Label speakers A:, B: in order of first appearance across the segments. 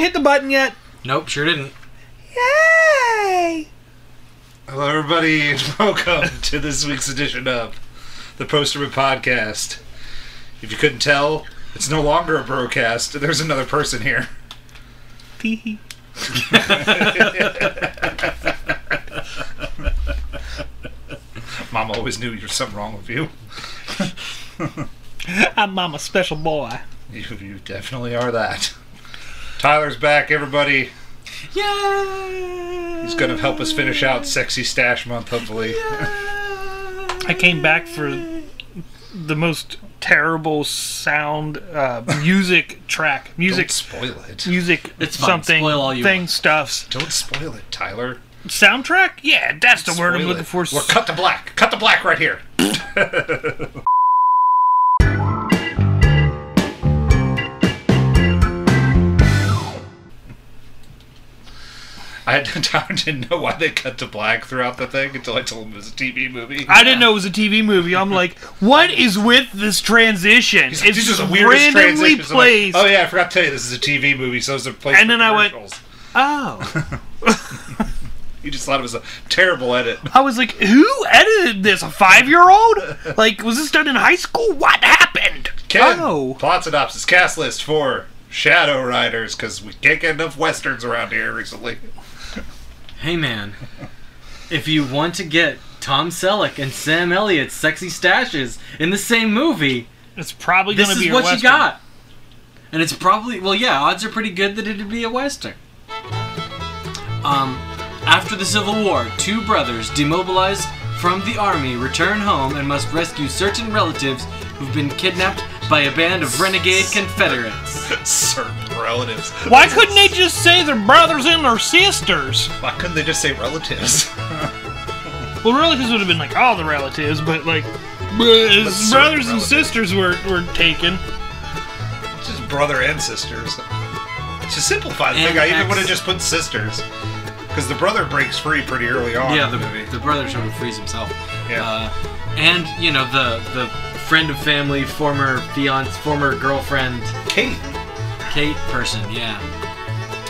A: hit the button yet?
B: Nope, sure didn't.
A: Yay!
C: Hello, everybody, and welcome to this week's edition of the Posterman Podcast. If you couldn't tell, it's no longer a broadcast. There's another person here.
A: Tee-hee.
C: Mom always knew there was something wrong with you.
A: I'm Mama's special boy.
C: You, you definitely are that. Tyler's back, everybody.
B: Yay!
C: He's going to help us finish out Sexy Stash Month, hopefully.
A: I came back for the most terrible sound uh, music track,
C: Don't
A: music,
C: spoil it.
A: music,
B: It's fine.
A: something,
B: Spoil all you
A: thing,
B: want.
A: stuffs,
C: Don't spoil it, Tyler.
A: soundtrack. Yeah, that's the word I'm
C: Spoil
A: looking
C: it.
A: for.
C: Well, cut the black. Cut the black right here. I had time to know why they cut to black throughout the thing until I told him it was a TV movie.
A: I didn't know it was a TV movie. I'm like, what is with this transition?
C: He's
A: It's
C: like, "These are the weirdest
A: randomly
C: transitions." I'm like,
A: placed.
C: oh yeah, I forgot to tell you this is a TV movie, so it's a place.
A: And then I went- oh,
C: You just thought it was a terrible edit.
A: I was like, who edited this? A five year old? Like, was this done in high school? What happened?
C: Ken,
A: Oh.
C: plot synopsis, cast list for Shadow Riders because we can't get enough westerns around here recently.
B: Hey, man. If you want to get Tom Selleck and Sam Elliott's sexy stashes in the same movie,
A: It's probably
B: this
A: going to
B: is
A: be a
B: what you
A: Western.
B: got. And it's probably, well, yeah, odds are pretty good that it'd be a Western. Um, after the Civil War, two brothers, demobilized from the army, return home and must rescue certain relatives who've been kidnapped by a band of renegade Confederates.
C: Certain relatives.
A: Why couldn't they just say they're brothers and their sisters?
C: Why couldn't they just say relatives?
A: Well, relatives would have been like all the relatives, but like his brothers
C: certain
A: and
C: relatives.
A: sisters were, were taken.
C: just brother and sisters. To simplify the
B: And
C: thing, I even
B: ex-
C: would have just put sisters because the brother breaks free pretty early on.
B: Yeah,
C: in
B: the,
C: the, movie.
B: the brother trying to freeze himself.
C: Yeah.
B: Uh, and you know the the friend of family, former fiance, former girlfriend,
C: Kate.
B: Kate person. Yeah.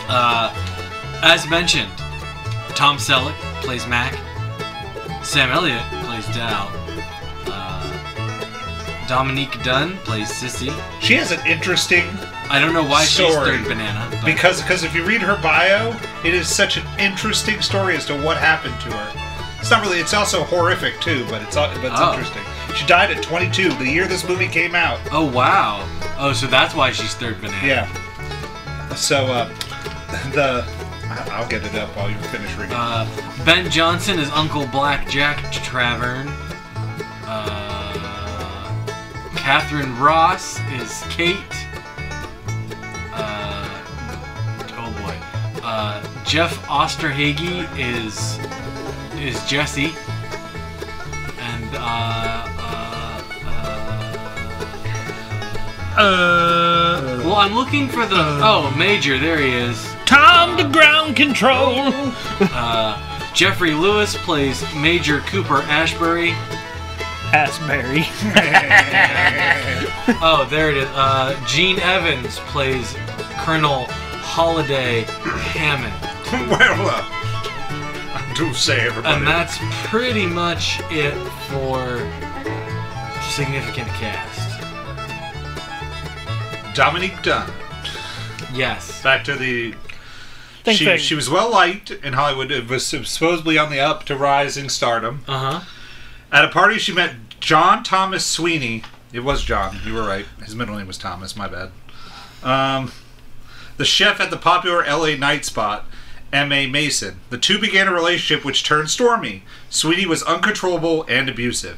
B: Uh, as mentioned, Tom Selleck plays Mac. Sam Elliott plays Dal. Uh, Dominique Dunn plays Sissy.
C: She has an interesting
B: I don't know why she's
C: Sorry.
B: third banana. But
C: because because if you read her bio, it is such an interesting story as to what happened to her. It's not really. It's also horrific too, but it's al- but it's
B: Oh.
C: interesting. She died at 22, the year this movie came out.
B: oh wow. Oh, so that's why she's third banana.
C: Yeah. So uh, the I- I'll get it up while you finish reading.
B: Uh, ben Johnson is Uncle Black Jack Travern. Uh, Catherine Ross is Kate. Uh, oh boy. Uh, Jeff Osterhage is is Jesse. And uh, uh, uh,
A: Uh,
B: well, I'm looking for the oh Major. There he is.
A: Tom to ground control.
B: Uh, Jeffrey Lewis plays Major Cooper Ashbury.
A: Asbury.
B: Oh, there it is. Uh, Gene Evans plays Colonel Holiday Hammond.
C: well, uh, I do say everybody.
B: And that's pretty much it for significant cast.
C: Dominique Dunn.
B: Yes.
C: Back to the.
A: Thank
C: she,
A: you.
C: she was well liked in Hollywood. It was supposedly on the up to rising stardom.
B: Uh huh.
C: At a party, she met John Thomas Sweeney. It was John. You were right. His middle name was Thomas. My bad. Um, the chef at the popular L.A. night spot, M.A. Mason. The two began a relationship which turned stormy. Sweeney was uncontrollable and abusive.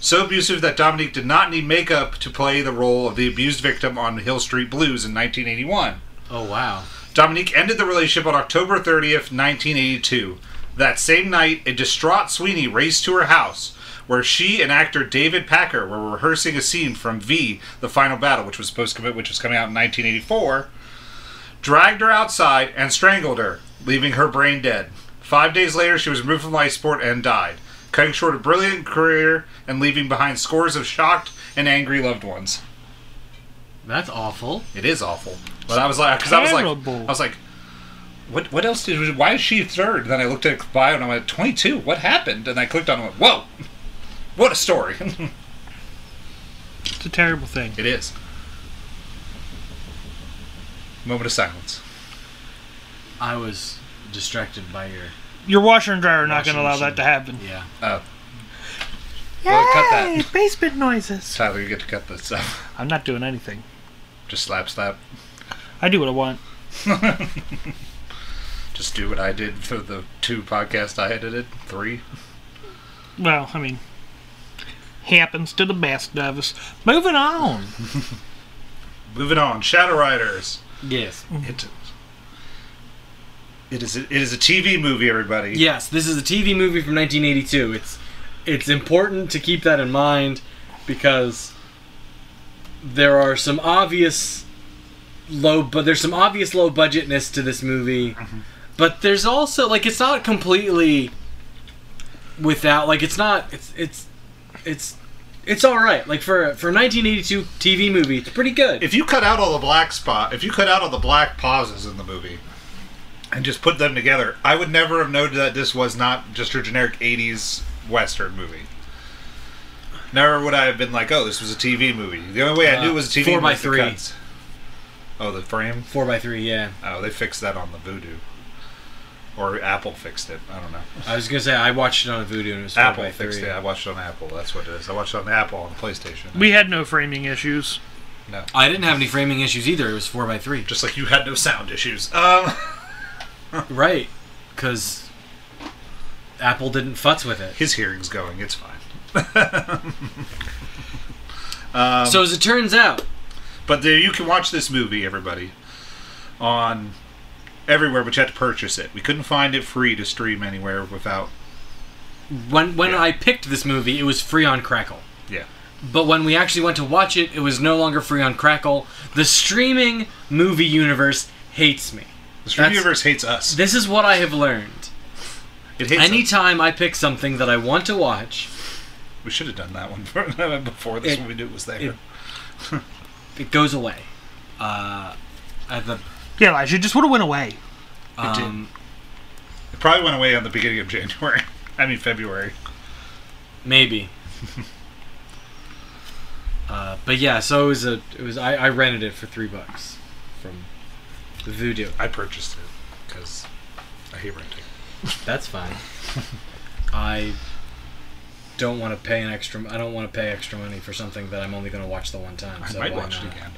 C: So abusive that Dominique did not need makeup to play the role of the abused victim on Hill Street Blues in 1981.
B: Oh, wow.
C: Dominique ended the relationship on October 30th, 1982. That same night, a distraught Sweeney raced to her house, where she and actor David Packer were rehearsing a scene from V, The Final Battle, which was supposed to come, which was coming out in 1984, dragged her outside and strangled her, leaving her brain dead. Five days later, she was removed from life support and died, cutting short a brilliant career and leaving behind scores of shocked and angry loved ones.
B: That's awful.
C: It is awful. But I was like, because I was like,
A: Terrible.
C: I was like, what? What else did? we- Why is she third? And then I looked at the bio and I went, twenty two. What happened? And I clicked on it. and went, Whoa, what a story!
A: It's a terrible thing.
C: it is. Moment of silence.
B: I was distracted by your.
A: Your washer and dryer are not going to
B: Washing
A: allow that
B: machine.
A: to happen.
B: Yeah.
C: Oh, Well, cut that.
A: Yay, Basement noises.
C: Tyler, you get to cut this stuff.
A: I'm not doing anything.
C: Just slap, slap.
A: I do what I want.
C: Just do what I did for the two podcasts I edited. Three.
A: Well, I mean, happens to the best of us. Moving on.
C: Moving on. Shadow Riders.
B: Yes.
A: Mm-hmm.
C: It. It is. A, it is a TV movie, everybody.
B: Yes, this is a TV movie from 1982. It's it's important to keep that in mind because there are some obvious low but there's some obvious low budgetness to this movie.
C: Mm-hmm.
B: But there's also like it's not completely without like it's not it's it's it's it's all right. Like for for a 1982 TV movie, it's pretty good.
C: if you cut out all the black spot, if you cut out all the black pauses in the movie, and just put them together, I would never have known that this was not just your generic '80s Western movie. Never would I have been like, "Oh, this was a TV movie." The only way I
B: Uh,
C: knew it was a TV
B: four
C: movie
B: by
C: was the
B: three.
C: cuts. Oh, the frame.
B: 4x3, yeah.
C: Oh, they fixed that on the Voodoo, or Apple fixed it. I don't know.
B: I was going to say I watched it on Voodoo and it was 4
C: Apple
B: by
C: fixed
B: 3
C: it. I watched it on Apple. That's what it is. I watched it on the Apple on the PlayStation.
A: We had no framing issues.
B: I didn't have any framing issues either. It was 4x3.
C: just like you had no sound issues. Um.
B: Right, because Apple didn't futz with it.
C: his hearing's going. It's fine.
B: so as it turns out,
C: But there, you can watch this movie, everybody, on everywhere, but you had to purchase it. We couldn't find it free to stream anywhere without.
B: when when
C: Yeah.
B: I picked this movie, it was free on Crackle.
C: Yeah.
B: But when we actually went to watch it, it was no longer free on Crackle. The streaming movie universe hates me.
C: The stream
B: That's-
C: universe hates us.
B: This is what I have learned.
C: It hates us.
B: Anytime I pick something that I want to watch,
C: We should have done that one for- before this
B: It-
C: when we knew it was there.
B: it- it goes away. Uh, at the
A: Yeah, Elijah, it just would have went away.
C: did.
B: um,
C: It probably went away on the beginning of January. I mean, February.
B: Maybe. uh, but yeah, so it was a it was I, I rented it for three bucks from Voodoo.
C: I purchased it because I hate renting.
B: That's fine. I don't want to pay an extra. I don't want to pay extra money for something that I'm only going to watch the one time.
C: I
B: So
C: might
B: why
C: watch
B: not?
C: it again.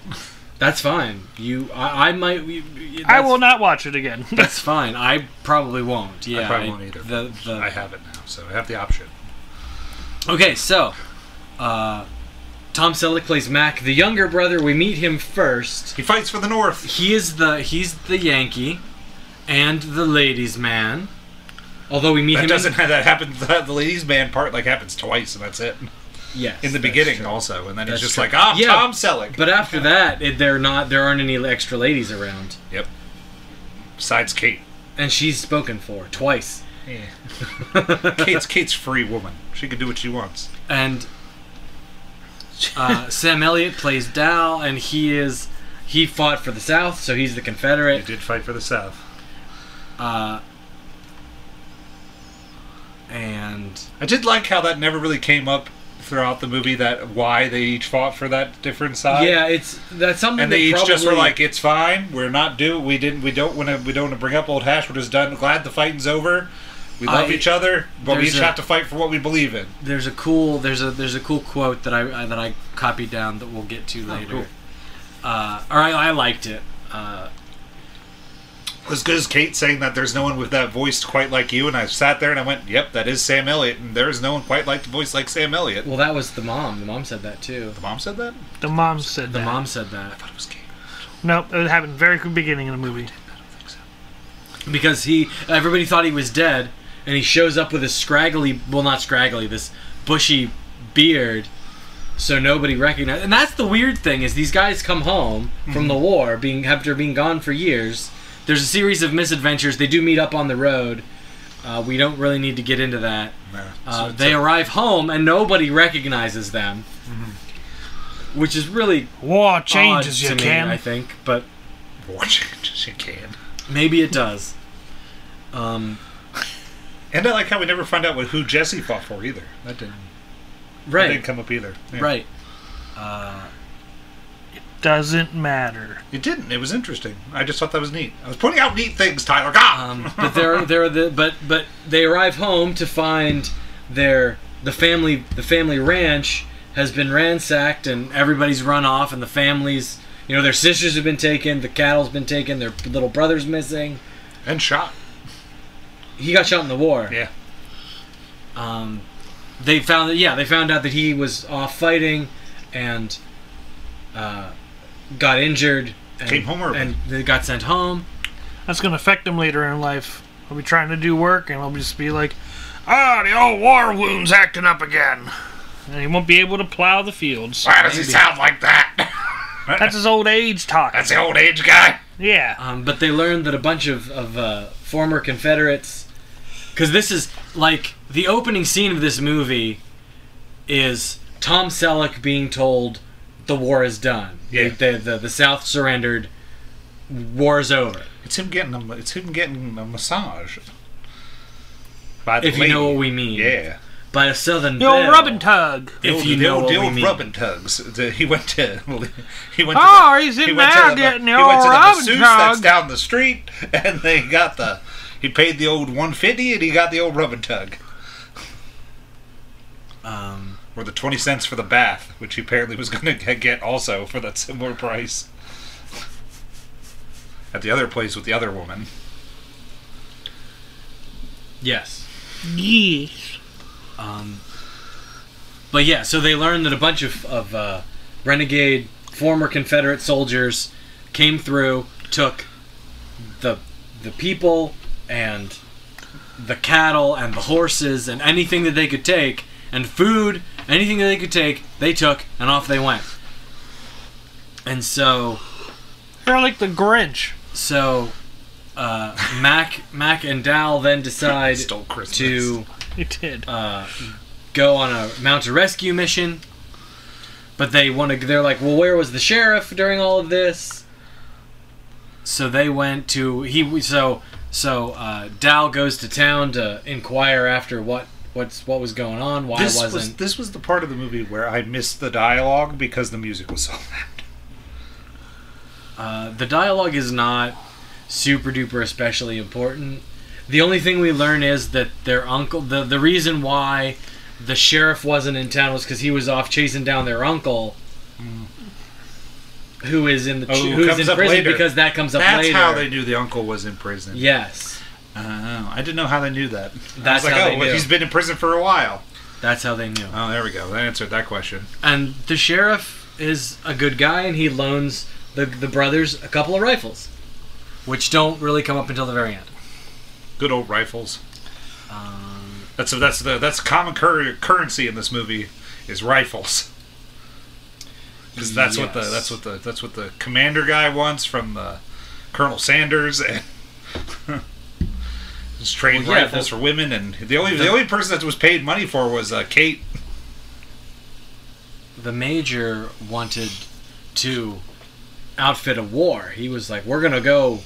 B: That's fine. You, I, I might. You, you-
A: I
B: that's-
A: will not watch it again.
B: That's fine. I probably won't. Yeah,
C: probably won't either.
B: The, the,
C: I have it now, so I have the option.
B: Okay, so uh, Tom Selleck plays Mac, the younger brother. We meet him first.
C: He fights for the North.
B: he is the he's the Yankee and the ladies' man. Although we meet him
C: That
B: in-
C: doesn't. That happens. The ladies' man part like happens twice, and that's it.
B: yes,
C: in the
B: that's
C: beginning
B: true.
C: also, and then
B: That's
C: he's just
B: true.
C: like, "I'm
B: Yeah,
C: Tom Selleck."
B: But after that, it, they're not. There aren't any extra ladies around,
C: yep. Besides Kate,
B: and she's spoken for twice.
C: Kate's Kate's free woman. She can do what she wants.
B: And uh, Sam Elliott plays Dal, and he is he fought for the South, so he's the
C: He
B: Confederate.
C: did fight for the South.
B: Uh, and
C: I did like how that never really came up throughout the movie. That why they each fought for that different side.
B: yeah, it's that's something.
C: Uh, And they
B: that
C: each just were
B: probably-
C: like, "It's fine. We're not do. We didn't. We don't want to. We don't want to bring up old hash. We're just done. Glad the fighting's over. We love
B: I-
C: each other, but we
B: there's
C: each
B: a-
C: have to fight for what we believe in."
B: there's a cool there's a there's a cool quote that I that I copied down that we'll get to later.
C: cool.
B: Uh, or I, I liked it. Uh,
C: as good as Kate saying that there's no one with that voice quite like you, and I sat there and I went, "Yep, that is Sam Elliott," and there is no one quite like the voice like Sam Elliott.
B: well, that was the mom. The mom said that too.
C: The mom said that.
A: the mom said
B: The
A: that.
B: mom said that
C: But it was Kate.
A: Nope, it happened very beginning of the movie.
B: because he everybody thought he was dead, and he shows up with a scraggly well not scraggly this bushy beard, so nobody recognized. And that's the weird thing is these guys come home from the war being after being gone for years. There's a series of misadventures. They do meet up on the road. Uh, we don't really need to get into that.
C: No,
B: Uh,
C: so
B: they arrive home and nobody recognizes them. which is really
A: War
B: changes
A: Mm-hmm. changes
B: odd
A: you
B: to
A: can.
B: me. I think, but
C: War changes you can.
B: maybe it does. Um,
C: And I like how we never find out what, who Jesse fought for either. That didn't, that
B: right,
C: didn't come up either. Yeah.
B: right. Uh,
A: Doesn't matter.
C: It didn't. It was interesting. I just thought that was neat. I was pointing out neat things, Tyler. God.
B: um, but they're they're the but but they arrive home to find their the family the family ranch has been ransacked and everybody's run off and the families you know their sisters have been taken the cattle's been taken their little brother's missing
C: and shot.
B: he got shot in the war
C: Yeah.
B: um, they found that yeah they found out that he was off fighting and uh, got injured and,
C: Came home early.
B: and they got sent home
A: That's gonna affect them later in life. I'll be trying to do work, and I'll just be like, ah, the old war wound's acting up again, and he won't be able to plow the fields.
C: Why does he sound like that?
A: That's his old age talk.
C: That's the old age guy.
A: Yeah.
B: Um, but they learned that a bunch of, of uh, former Confederates, because this is like the opening scene of this movie is Tom Selleck being told the war is done.
C: Yeah.
B: The, the, the, the South surrendered, war's over.
C: It's him getting a. It's him getting a massage. By the
B: If you know
C: lady.
B: what we mean.
C: Yeah.
B: By a Southern
A: The old
B: belle.
A: rubbing tug.
B: If you know what we mean.
C: rubbing tugs. The- he went to. He went.
A: Oh,
B: Ah,
C: to the,
A: he's
C: he
A: in
C: went
A: there
C: to
A: getting the
C: he went
A: old
C: to the
A: rubbing
C: masseuse
A: tug.
C: That's down the street, and they got the. He paid the old one fifty, and he got the old rubbing tug,
B: Um,
C: or the twenty cents for the bath, which he apparently was going to get also for that similar price. At the other place with the other woman.
B: yes.
A: Yes.
B: Um, but yeah, so they learned that a bunch of, of uh, renegade former Confederate soldiers came through, took the the people and the cattle and the horses and anything that they could take and food, anything that they could take, they took and off they went. And so
A: They're like the Grinch.
B: so uh, Mac Mac and Dal then decide
C: Stole Christmas.
B: to
A: You did.
B: uh, go on a mount a rescue mission, but they want to. They're like, well, where was the sheriff during all of this? So they went to he. So so uh, Dal goes to town to inquire after what what's what was going on. Why
C: This was
B: wasn't
C: this was the part of the movie where I missed the dialogue because the music was so loud.
B: uh, the dialogue is not super duper especially important. The only thing we learn is that their uncle. The the reason why the sheriff wasn't in town was because he was off chasing down their uncle, who is in the
C: Oh,
B: who is
C: comes
B: in
C: up
B: prison
C: later.
B: because that comes up
C: That's
B: later.
C: how they knew the uncle was in prison.
B: yes,
C: Oh, I didn't know how they knew that. I
B: That's
C: was like,
B: how
C: oh,
B: they
C: well,
B: knew.
C: he's been in prison for a while.
B: that's how they knew.
C: Oh, there we go. That answered that question.
B: And the sheriff is a good guy, and he loans the the brothers a couple of rifles, which don't really come up until the very end.
C: Good old rifles. Uh,
B: Um,
C: That's that's the that's common cur- currency in this movie is rifles. 'Cause that's what the
B: Yes.
C: that's what the that's what the commander guy wants from the Colonel Sanders and. Just trained
B: Well, yeah,
C: rifles
B: the-
C: for women, and the only the,
B: the-
C: only person that was paid money for was uh, Kate.
B: the major wanted to outfit a war. He was like, "We're gonna go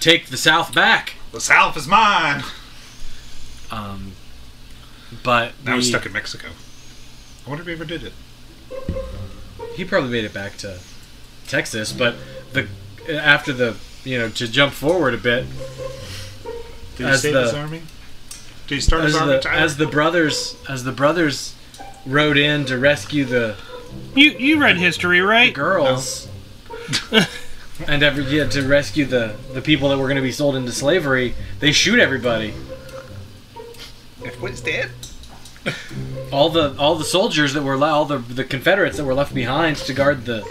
B: take the South back."
C: The South is mine.
B: Um, but
C: Now
B: we-
C: he's stuck in Mexico. I wonder if he ever did it.
B: he probably made it back to Texas. But the after the you know to jump forward a bit
C: Did he
B: As
C: save
B: the-
C: his army? Did he start
B: as
C: his army?
B: the,
C: Tyler?
B: as the brothers as the brothers rode in to rescue the
A: You you read history, right?
B: girls. and every yeah, to rescue the, the people that were going to be sold into slavery, they shoot everybody.
C: Everyone's dead.
B: all the all the soldiers that were le- all the the Confederates that were left behind to guard the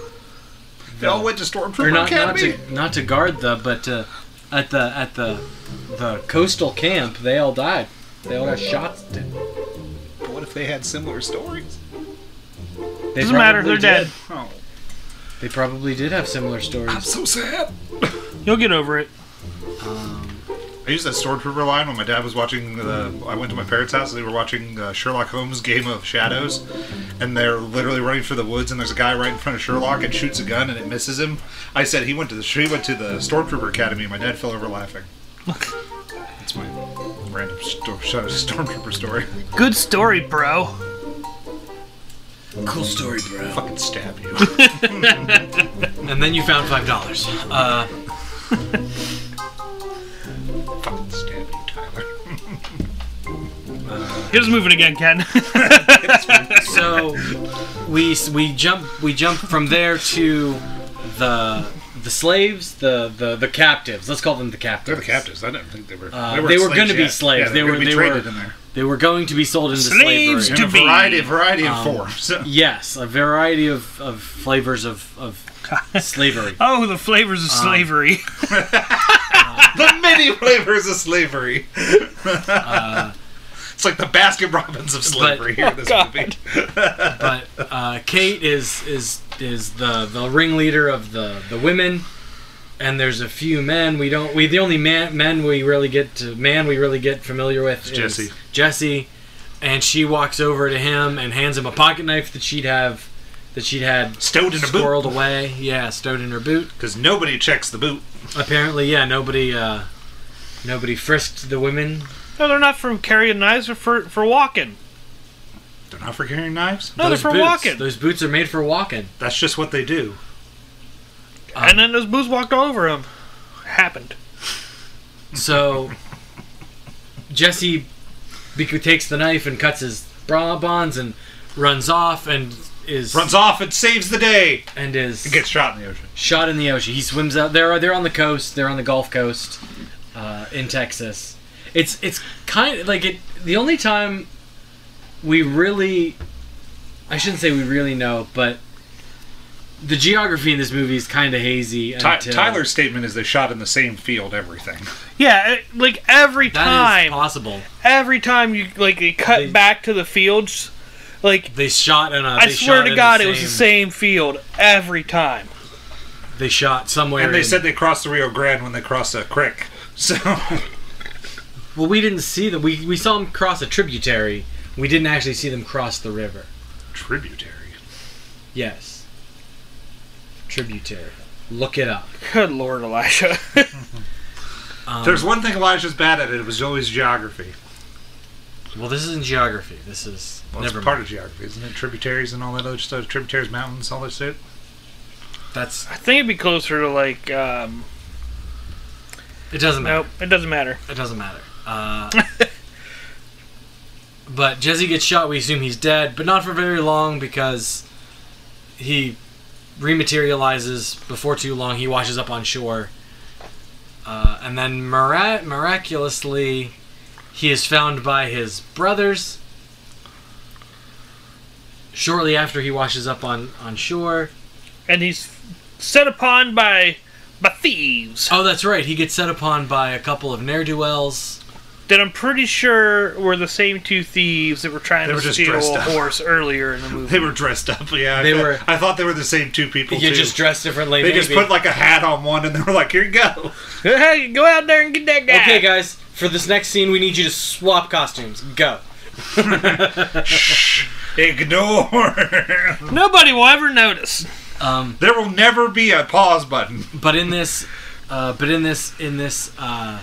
C: They all went to Stormtrooper
B: or not not
C: Academy.
B: to not to guard the but uh, at the at the the coastal camp they all died. They all got shot. They
C: But what if they had similar stories?
A: Doesn't matter,
B: probably
A: they're dead.
B: did.
C: Oh,
B: They
C: Ah,
B: probably did have similar
C: I'm
B: stories.
C: so sad.
A: You'll get over it.
B: Um,
C: I used that stormtrooper line when my dad was watching the. I went to my parents' house and they were watching uh, Sherlock Holmes' Game of Shadows, and they're literally running for the woods and there's a guy right in front of Sherlock and shoots a gun and it misses him. I said he went to the he went to the stormtrooper academy. and My dad fell over laughing. That's my random sto- stormtrooper story.
A: Good story, bro.
B: Cool story, bro.
C: Fucking stab you.
B: And then you found five dollars. Uh,
C: Fucking stab you, Tyler.
A: Get us moving again, Ken.
B: so we we jump we jump from there to the the slaves, the the the captives. Let's call them the
C: They're
B: captives.
C: the captives. I didn't think they were.
B: Uh, they were
C: slaves
B: going to be
C: yet.
B: slaves.
C: Yeah,
B: they, were
C: gonna be
B: they
C: traded
B: were
C: in there.
B: they were going to be sold into
A: Slaves
B: slavery.
A: to-
C: in a
A: be.
C: variety, variety of
B: um,
C: forms.
B: Yes, a variety of, of flavors of, of slavery.
A: oh, the flavors of slavery.
C: the many flavors of slavery.
B: Uh,
C: it's like the Baskin Robbins of slavery here. in This
B: Oh,
C: movie.
B: But uh, Kate is is is the, the ringleader of the, the women, and there's a few men. We don't we the only man men we really get to man we really get familiar with is
C: Jesse.
B: Jesse, and she walks over to him and hands him a pocket knife that she'd have that she'd had
C: Stowed in a boot
B: squirreled away. Yeah, stowed in her boot.
C: because nobody checks the boot.
B: Apparently, yeah, nobody uh nobody frisked the women.
A: No, they're not for carrying knives. They're for for walking.
C: They're not for carrying knives.
A: No,
B: those
A: they're for
B: boots,
A: walking.
B: Those boots are made for walking.
C: That's just what they do.
A: and then those boots walked all over him. Happened.
B: So Jesse bec- takes the knife and cuts his bra bonds and runs off and is
C: Runs off and saves the day.
B: and is
C: It gets shot in the ocean.
B: shot in the ocean. He swims out. They're they're on the coast. They're on the Gulf Coast, uh, in Texas. It's it's kind of like it. The only time we really, I shouldn't say we really know, but the geography in this movie is kind of hazy.
C: Ty-
B: until,
C: Tyler's statement is they shot in the same field. Everything.
A: Yeah, it, like every
B: That is
A: time,
B: possible.
A: every time you like they cut
B: They-
A: back to the fields, like
B: They shot in a.
A: I
B: they
A: swear
B: shot
A: to
B: in
A: God, it was the same field every time.
B: They shot somewhere.
C: And they
B: in-
C: said they crossed the Rio Grande when they crossed a creek. So
B: well, we didn't see them. We we saw them cross a tributary. We didn't actually see them cross the river.
C: tributary.
B: Yes. Tributary. Look it up.
A: Good Lord, Elisha.
B: Um,
C: There's one thing Elijah's bad at. It was always geography.
B: well, this isn't geography. This is
C: Well,
B: never
C: it's part
B: mind.
C: of geography, isn't it? Tributaries and all that other stuff. Tributaries, mountains, all that shit.
B: That's
A: I think it'd be closer to like. um
B: it. Doesn't matter.
A: Nope, it doesn't matter.
B: It doesn't matter. Uh, but Jesse gets shot. We assume he's dead, but not for very long because he rematerializes before too long. He washes up on shore, uh, and then mira- miraculously, he is found by his brothers. Shortly after he washes up on, on shore.
A: And he's set upon by by thieves
B: Oh, that's right. He gets set upon by a couple of ne'er do wells.
A: that I'm pretty sure were the same two thieves that were trying
C: They
A: to
C: were just
A: steal
C: dressed
A: a
C: up.
A: horse earlier in the movie.
C: They were dressed up. Yeah,
B: They
C: I,
B: were-
C: I thought they were the same two people.
B: You
C: too.
B: just dressed differently.
C: they just
B: maybe.
C: put like a hat on one, and they were like, "Here you go."
A: hey, go out there and get that guy.
B: Okay, guys, for this next scene, we need you to swap costumes. Go.
C: Ignore.
A: Nobody will ever notice.
B: Um,
C: there will never be a pause button.
B: but in this, uh, but in this, in this, uh,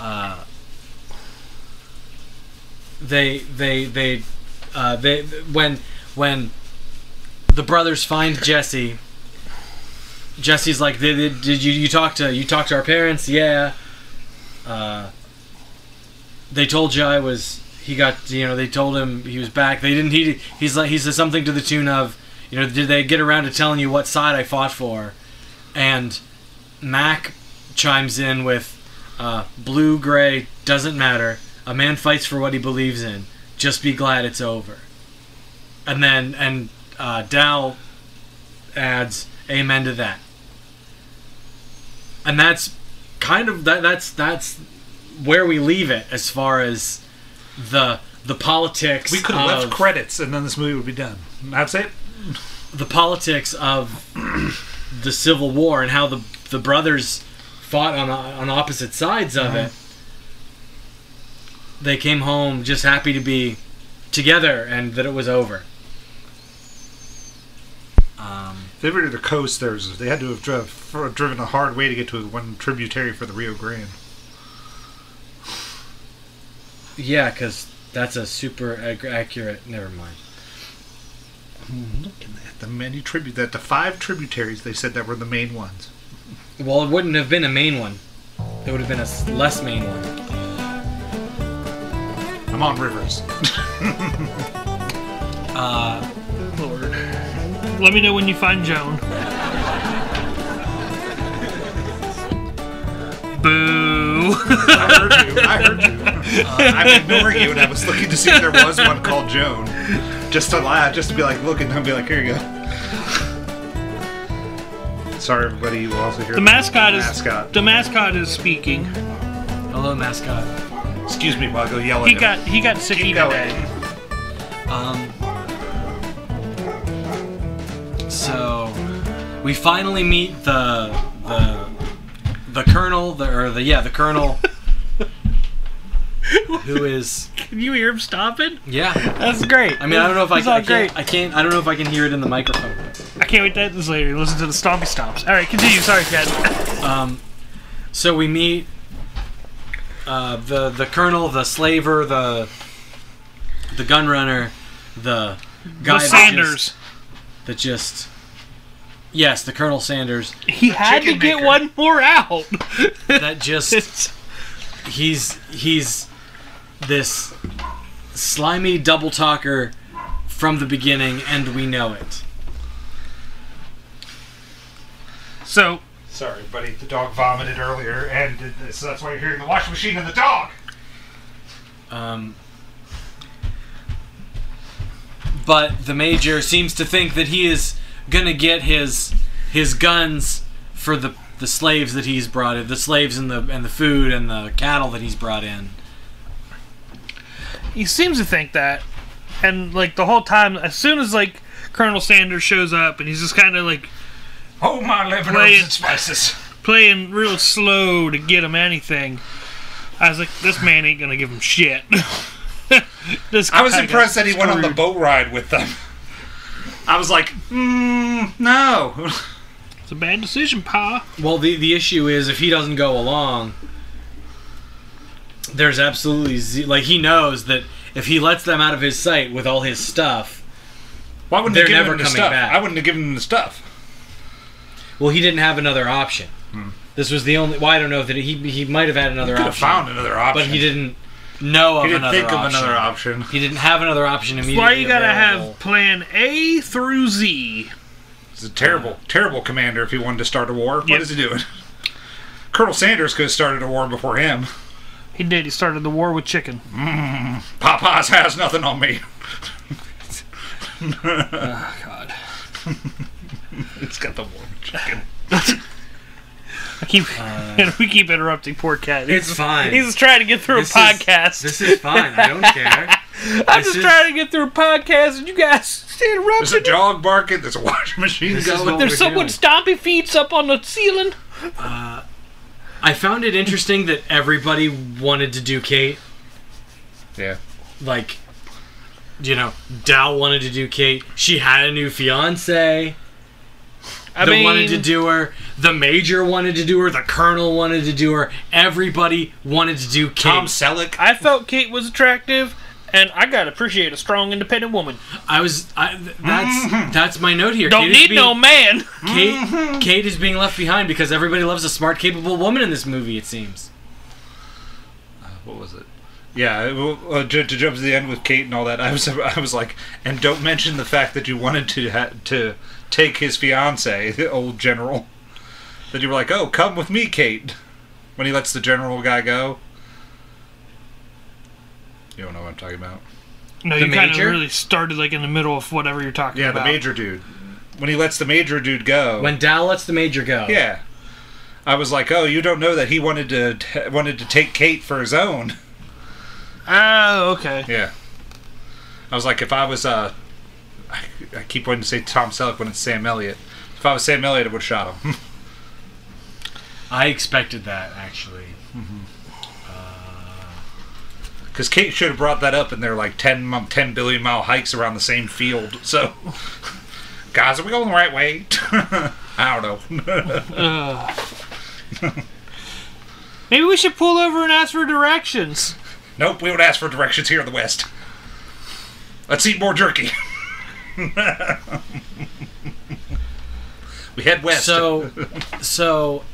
B: uh, they, they, they, uh, they, when, when the brothers find Jesse, Jesse's like, did, did, did you, you talk to, you talk to our parents? Yeah. Uh, they told you I was. He got you know they told him he was back. They didn't. He he's like he says something to the tune of, you know, did they get around to telling you what side I fought for? And Mac chimes in with, uh, blue gray doesn't matter. A man fights for what he believes in. Just be glad it's over. And then and uh, Dow adds amen to that. And that's kind of that that's that's where we leave it as far as the the politics
C: We could have
B: of
C: left credits, and then this movie would be done. That's it.
B: the politics of the Civil War and how the the brothers fought on on opposite sides of it. They came home just happy to be together and that it was over. Um,
C: If they were to coast, there's they had to have driv- for- driven a hard way to get to one tributary for the Rio Grande.
B: yeah, because that's a super ac- accurate. Never mind.
C: Looking at the many tribute that the five tributaries they said that were the main ones.
B: Well, it wouldn't have been a main one. It would have been a s- less main one.
C: I'm on rivers.
B: Uh,
A: Lord. Let me know when you find Joan. Boo.
C: I heard you. I heard you. I'm ignoring you, and I was looking to see if there was one called Joan, just to laugh, just to be like, look, and I'll be like, here you go. Sorry, everybody. You will also hear
A: The mascot is
C: mascot.
A: the mascot is speaking.
B: hello, mascot.
C: Excuse me, while I go yell at
A: He
C: him.
A: got he got sick
C: Keep
A: today.
C: going.
B: Um, so we finally meet the the the colonel, the or the yeah, the colonel, who is
A: Can you hear him stopping?
B: yeah.
A: That's great.
B: I mean, I don't know if I,
A: It's
B: can, I
A: all great.
B: can't. I can't. I don't know if I can hear it in the microphone.
A: I can't wait to end this later. Listen to the stompy stomps. All right, continue. Sorry, Chad.
B: Um, so we meet uh, the the colonel, the slaver, the the gun runner, the
A: The
B: guy that just-
A: Sanders.
B: that just yes, the Colonel Sanders
A: He had to
C: chicken
A: get
C: maker.
A: one more out.
B: that just
A: It's-
B: he's he's this slimy double talker from the beginning, and we know it.
A: so
C: Sorry, buddy. The dog vomited earlier, and did this. so that's why you're hearing the washing machine and the dog.
B: Um, but the major seems to think that he is gonna get his his guns for the the slaves that he's brought in, the slaves and the and the food and the cattle that he's brought in.
A: he seems to think that, and like the whole time, as soon as like Colonel Sanders shows up, and he's just kind of like
C: Oh my lemon
A: Play it.
C: and spices.
A: playing real slow to get him anything. I was like, this man ain't gonna give him shit. this
C: I was
A: guy got
C: impressed that he went on the
A: screwed.
C: boat ride with them. I was like, mm, no.
A: It's a bad decision, Pa.
B: Well, the the issue is if he doesn't go along, there's absolutely ze- like he knows that if he lets them out of his sight with all his stuff,
C: Why wouldn't
B: They're
C: they give
B: never
C: him the
B: coming
C: stuff?
B: back.
C: I wouldn't have given him the stuff.
B: well, he didn't have another option.
A: Hmm.
B: This was the only. Well, I don't know that he he might have had another
C: Could have
B: option,
C: found another option.
B: but he didn't know of
C: He didn't
B: another
C: think
B: option.
C: of another option.
B: He didn't have another option
A: That's
B: immediately.
A: why you gotta
B: available.
A: have plan A through Z.
C: He's a terrible, terrible commander if he wanted to start a war.
A: Yep.
C: What is he doing? Colonel Sanders could have started a war before him.
A: He did. He started the war with chicken.
C: Popeyes has nothing on me.
A: God.
C: It's got the warm chicken.
A: I keep and we keep interrupting poor cat.
B: Uh, It's
A: He's-
B: fine.
A: He's just trying to get through
B: This
A: a
B: is-
A: podcast.
B: This is fine. I don't care.
A: I'm
B: this
A: just
B: is-
A: trying to get through a podcast, and you guys
C: There's a
A: interrupting.
C: dog barking. There's a washing machine
B: This is
C: going.
B: what
A: There's
B: we're
A: someone
B: doing.
A: stompy feets up on the ceiling.
B: I found it interesting that everybody wanted to do Kate.
C: yeah.
B: like you know Dow wanted to do Kate. She had a new fiance
A: I
B: that
A: mean,
B: wanted to do her. The major wanted to do her. The colonel wanted to do her. Everybody wanted to do Kate.
C: Tom Selleck.
A: I felt Kate was attractive, and I gotta appreciate a strong, independent woman.
B: I was I, th- that's that's my note here.
A: Mm-hmm. Don't need
B: Kate is being,
A: no mm-hmm. man.
B: Kate. Kate is being left behind because everybody loves a smart, capable woman in this movie. It seems.
C: what was it? Yeah, it- well, uh, to, to jump to the end with Kate and all that, I was I was like, and don't mention the fact that you wanted to ha- to take his fiance, the old general. That you were like, oh, come with me, Kate. When he lets the general guy go. You don't know what I'm talking about.
A: No,
B: The
A: you kind of
B: major?
A: really started like in the middle of whatever you're talking
C: Yeah,
A: about.
C: the major dude. When he lets the major dude go.
B: When Dow lets the major go.
C: yeah. I was like, oh, you don't know that he wanted to wanted to take Kate for his own.
A: Oh, okay.
C: Yeah. I was like, if I was, uh, I, I keep wanting to say Tom Selleck when it's Sam Elliott. If I was Sam Elliott, I would have shot him.
B: I expected that actually.
C: Because Kate should have brought that up in their like 10, mi- 10 billion mile hikes around the same field. So, guys, are we going the right way? I don't know.
A: Maybe we should pull over and ask for directions.
C: nope, we would ask for directions here in the West. Let's eat more jerky. we head west.
B: So, so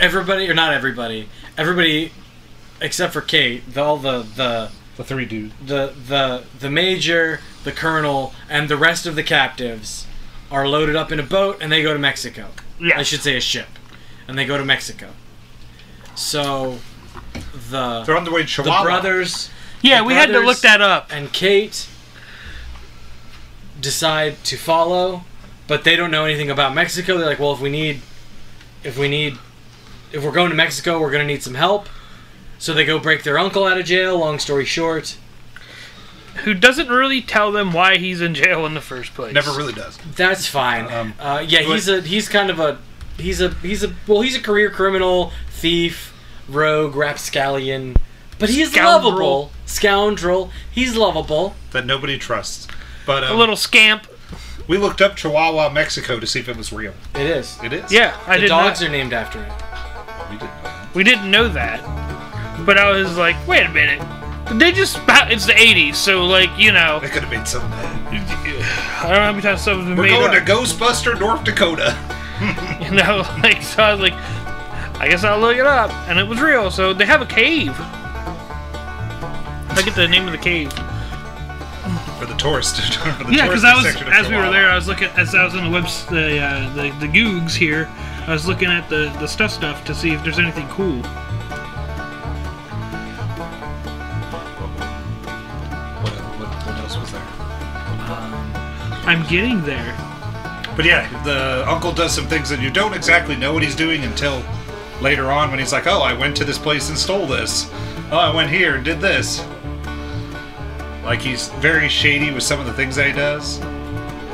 B: everybody or not everybody, everybody except for Kate, the, all the the
C: the three dudes.
B: the the the major, the colonel, and the rest of the captives are loaded up in a boat and they go to Mexico.
A: Yes.
B: I should say a ship, and they go to Mexico. So, the
C: They're on their way to
B: the
C: Chihuahua.
B: brothers
A: Yeah,
B: The
A: we had to
B: brothers-
A: look that up.
B: and Kate decide to follow, but they don't know anything about Mexico. They're like, well, if we need, if we need, if we're going to Mexico, we're gonna need some help. So they go break their uncle out of jail. Long story short,
A: Who doesn't really tell them why he's in jail in the first place?
C: Never really does.
B: that's fine.
C: Um,
B: uh, yeah,
C: but-
B: he's a he's kind of a he's a he's a well he's a career criminal, thief, rogue, rapscallion, but he's
A: Scoundrel.
B: lovable scoundrel. He's lovable.
C: That nobody trusts. But
A: A
C: um,
A: little scamp.
C: we looked up Chihuahua, Mexico to see if it was real.
B: It is.
C: It is?
A: Yeah, I
B: The
A: did
B: dogs
A: not.
B: are named after him.
C: We didn't know that.
A: We didn't know that, but I was like, wait a minute. They just it's the '80s, so like you know,
C: That could have been something bad.
A: I don't know how many times stuff has been
C: We're
A: made
C: going
A: up.
C: to Ghostbuster, North Dakota.
A: You know, like so I was like, I guess I'll look it up, and it was real. So they have a cave. I get the name of the cave.
C: For the tourist. for the
A: Yeah, because
C: tourist
A: I was
C: section of
A: as we were
C: Chihuahua.
A: there, I was looking as I was on the webs the uh, the, the Googs here. I was looking at the the stuff stuff to see if there's anything cool.
C: What, what, what else was there?
A: I'm getting there.
C: But yeah, the uncle does some things that you don't exactly know what he's doing until later on when he's like, "Oh, I went to this place and stole this. Oh, I went here and did this." Like he's very shady with some of the things that he does.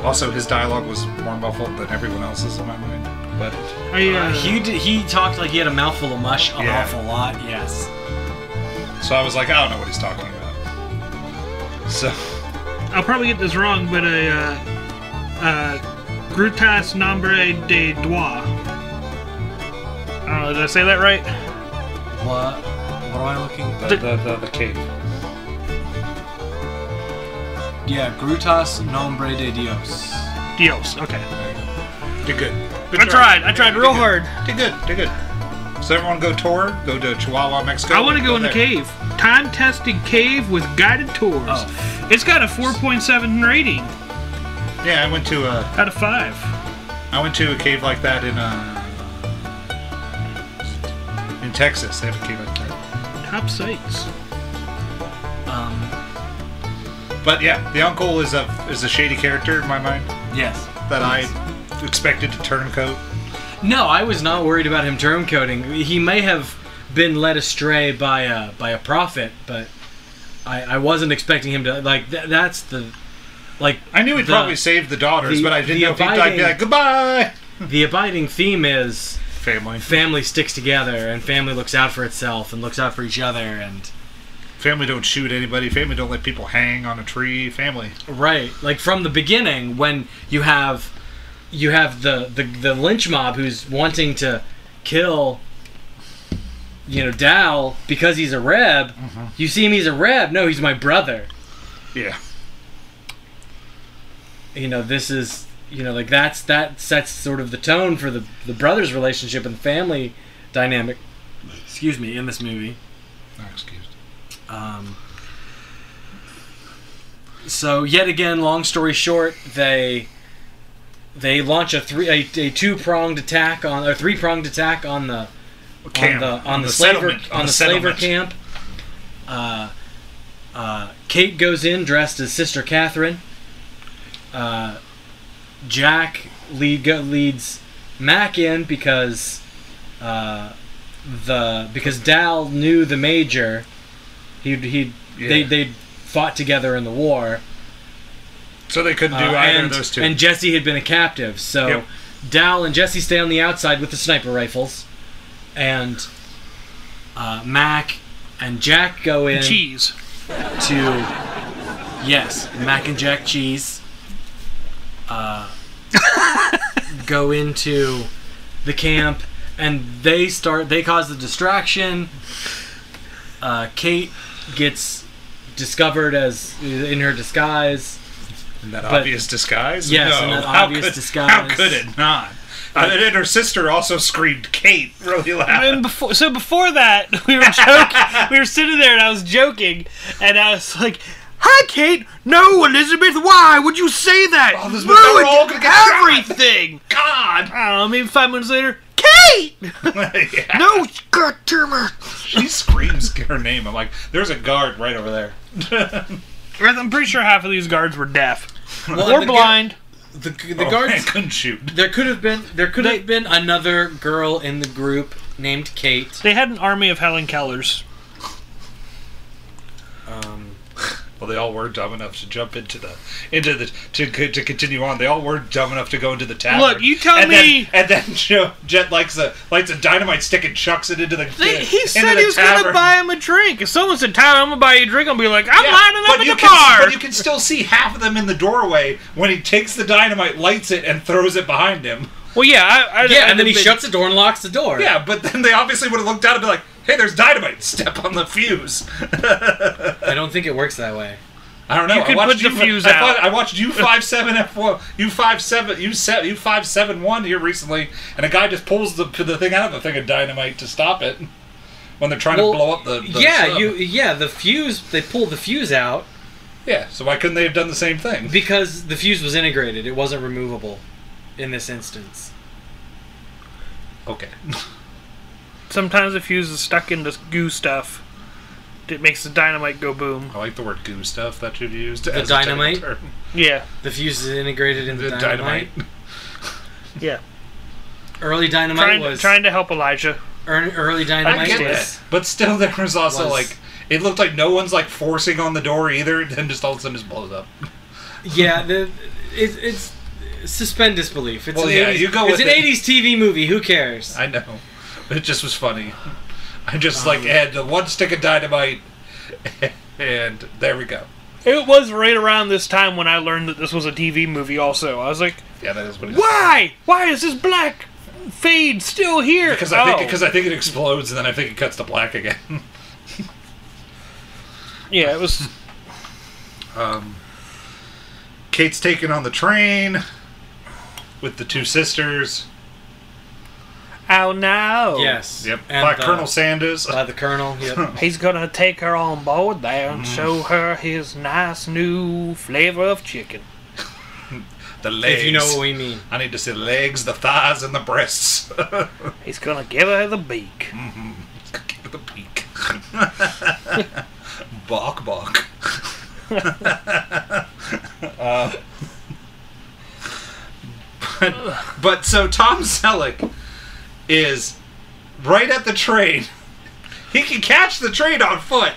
C: Also, his dialogue was more muffled than everyone else's in my mind. But
A: I, uh,
B: He d- he talked like he had a mouthful of mush an
C: Yeah.
B: awful lot. Yes.
C: so I was like, I don't know what he's talking about. So
A: I'll probably get this wrong, but a uh, uh, Grutas Nombre de Dois. I don't know. Did I say that right?
B: What? What am I looking?
C: the
A: The-
C: the, the, the cave.
B: Yeah, Grutas Nombre de Dios.
A: Dios. Okay.
C: Did good. Good
A: I
C: job.
A: tried. I tried real
C: Did
A: hard.
C: good. Did good. Did good. So everyone go tour. Go to Chihuahua, Mexico.
A: I want to go in the
C: there.
A: cave. Time tested cave with guided tours.
B: Oh.
A: It's got a 4.7 rating
C: Yeah, I went to uh,
A: out of 5.
C: I went to a cave like that in uh, in Texas. They have a cave like that.
A: Top sites.
B: Um.
C: But yeah, the uncle is a is a shady character in my mind
B: Yes.
C: that I expected to turncoat.
B: No, I was not worried about him term coding. He may have been led astray by a by a prophet, but I, I wasn't expecting him to like. Th- that's the like
C: I knew he'd
B: The-
C: probably save the daughters,
B: the-
C: but I didn't
B: the
C: know if he'd like, be
B: abiding-
C: like goodbye
B: the abiding theme is
C: family.
B: family sticks together and family looks out for itself and looks out for each other and
C: Family don't shoot anybody. Family don't let people hang on a tree. Family.
B: Right. Like from the beginning when you have you have the, the, the lynch mob who's wanting to kill you know Dal because he's a reb. You see him he's a reb. No, he's my brother.
C: Yeah.
B: You know, this is you know like that's that sets sort of the tone for the the brothers relationship and the family dynamic. Excuse me, in this movie.
C: No, excuse. me.
B: Um, so yet again, long story short, they they launch a three a, a two pronged attack on or three pronged attack on the on
C: Camp.
B: the on the, slaver
C: settlement,
B: on the slaver
C: settlement.
B: camp. Uh, uh, Kate goes in dressed as Sister Catherine. Uh, Jack lead, go, leads Mac in because uh, the because Dal knew the major. He he they
C: Yeah.
B: they fought together in the war.
C: So they couldn't do
B: Uh,
C: either
B: and,
C: of those two.
B: and Jesse had been a captive, so
C: Yep.
B: Dal and Jesse stay on the outside with the sniper rifles, and uh, Mac and Jack go in
A: Cheese.
B: to yes, mac and jack cheese. Uh, go into the camp, and they start. They cause the distraction. Uh, Kate gets discovered as in her disguise.
C: In that
B: But-
C: obvious disguise?
B: Yes,
C: no.
B: in that
C: how
B: obvious
C: could,
B: disguise.
C: How could it not? Uh, and then her sister also screamed Kate really
A: And
C: loud.
A: before, so before that, we were joking. we were sitting there, and I was joking, and I was like, "Hi, Kate. No, Elizabeth. Why would you say that?
C: Oh,
A: You
C: Elizabeth, they're
A: ruined
C: all gonna get shot."
A: everything."
C: God!
A: I don't know. Maybe five minutes later, Kate.
C: Yeah,
A: no, God damn it.
C: she screams her name. I'm like, there's a guard right over there.
A: I'm pretty sure half of these guards were deaf
B: Well,
A: or
B: and the gu-
A: blind.
B: The, the
C: Oh, man,
B: guards.
C: couldn't shoot.
B: There could have been. There could have been another girl in the group named Kate.
A: They had an army of Helen Kellers.
B: Um,
C: Well, they all were dumb enough to jump into the into the to co- to continue on. They all were dumb enough to go into the tavern.
A: Look, you tell
C: and
A: me-
C: Then, and then Joe Jet lights a lights a dynamite stick and chucks it into the.
A: They, he
C: into
A: said
C: the
A: he was going to
C: tavern.
A: buy him a drink. If someone said, Tyler, I'm going to buy you a drink, I'm going to be like, I'm
C: Yeah,
A: lining up
C: but
A: at
C: you
A: the
C: can,
A: bar.
C: But you can still see half of them in the doorway when he takes the dynamite, lights it, and throws it behind him.
A: well, yeah. I, I,
B: yeah,
A: I-
B: and then he
A: but-
B: shuts the door and locks the door.
C: Yeah, but then they obviously would have looked out and be like, "Hey, there's dynamite! Step on the fuse."
B: I don't think it works that way.
C: I don't know.
A: You
C: I
A: could
C: watched
A: put the
C: you,
A: fuse
C: I,
A: out.
C: thought- I watched U five seven F one U five seven U seven U five seven one here recently, and a guy just pulls the the thing out of the thing of dynamite to stop it when they're trying
B: Well,
C: to blow up the. the
B: yeah,
C: sub.
B: you yeah, the fuse they pulled the fuse out
C: Yeah, so why couldn't they have done the same thing?
B: because the fuse was integrated. It wasn't removable in this instance.
C: Okay.
A: Sometimes the fuse is stuck in this goo stuff. It makes the dynamite go boom.
C: I like the word goo stuff that you've used. The as
B: dynamite?
C: A technical term.
A: Yeah,
B: The fuse is integrated in the,
C: The
B: dynamite.
C: dynamite.
A: yeah.
B: Early dynamite
A: Trying,
B: was
A: trying to help Elijah.
B: ear- early
C: I
B: dynamite
C: get
B: was
C: that. But still, there was also
B: was-
C: like. It looked like no one's like forcing on the door either, and then just all of a sudden just blows up.
B: yeah. The, it, it's suspend disbelief. It's
C: Well,
B: an
C: yeah,
B: 80s,
C: you go
B: It's
C: with
B: an
C: it.
B: '80s TV movie. Who cares?
C: I know. But it just was funny. I just like
B: Um.
C: had the one stick of dynamite, and there we go.
A: It was right around this time when I learned that this was a TV movie, also. I was like,
C: Yeah, that is what it is.
A: why? Why is this black fade still here?
C: Because I
A: Oh.
C: think because I think it explodes, and then I think it cuts to black again.
A: Yeah, it was.
C: Um, Kate's taken on the train with the two sisters.
A: Oh no.
B: yes.
C: Yep,
B: And uh,
C: by
B: the-
C: Colonel Sanders.
B: By the colonel. Yep.
A: He's gonna take her on board there and show
C: Mm.
A: her his nice new flavor of chicken.
C: the legs.
B: if you know what we mean.
C: I need to see the legs, the thighs, and the breasts.
A: He's gonna give her the beak.
C: Mm. Give it the peek. bark, bark. Uh, but, but so Tom Selleck is right at the train. He can catch the train on foot.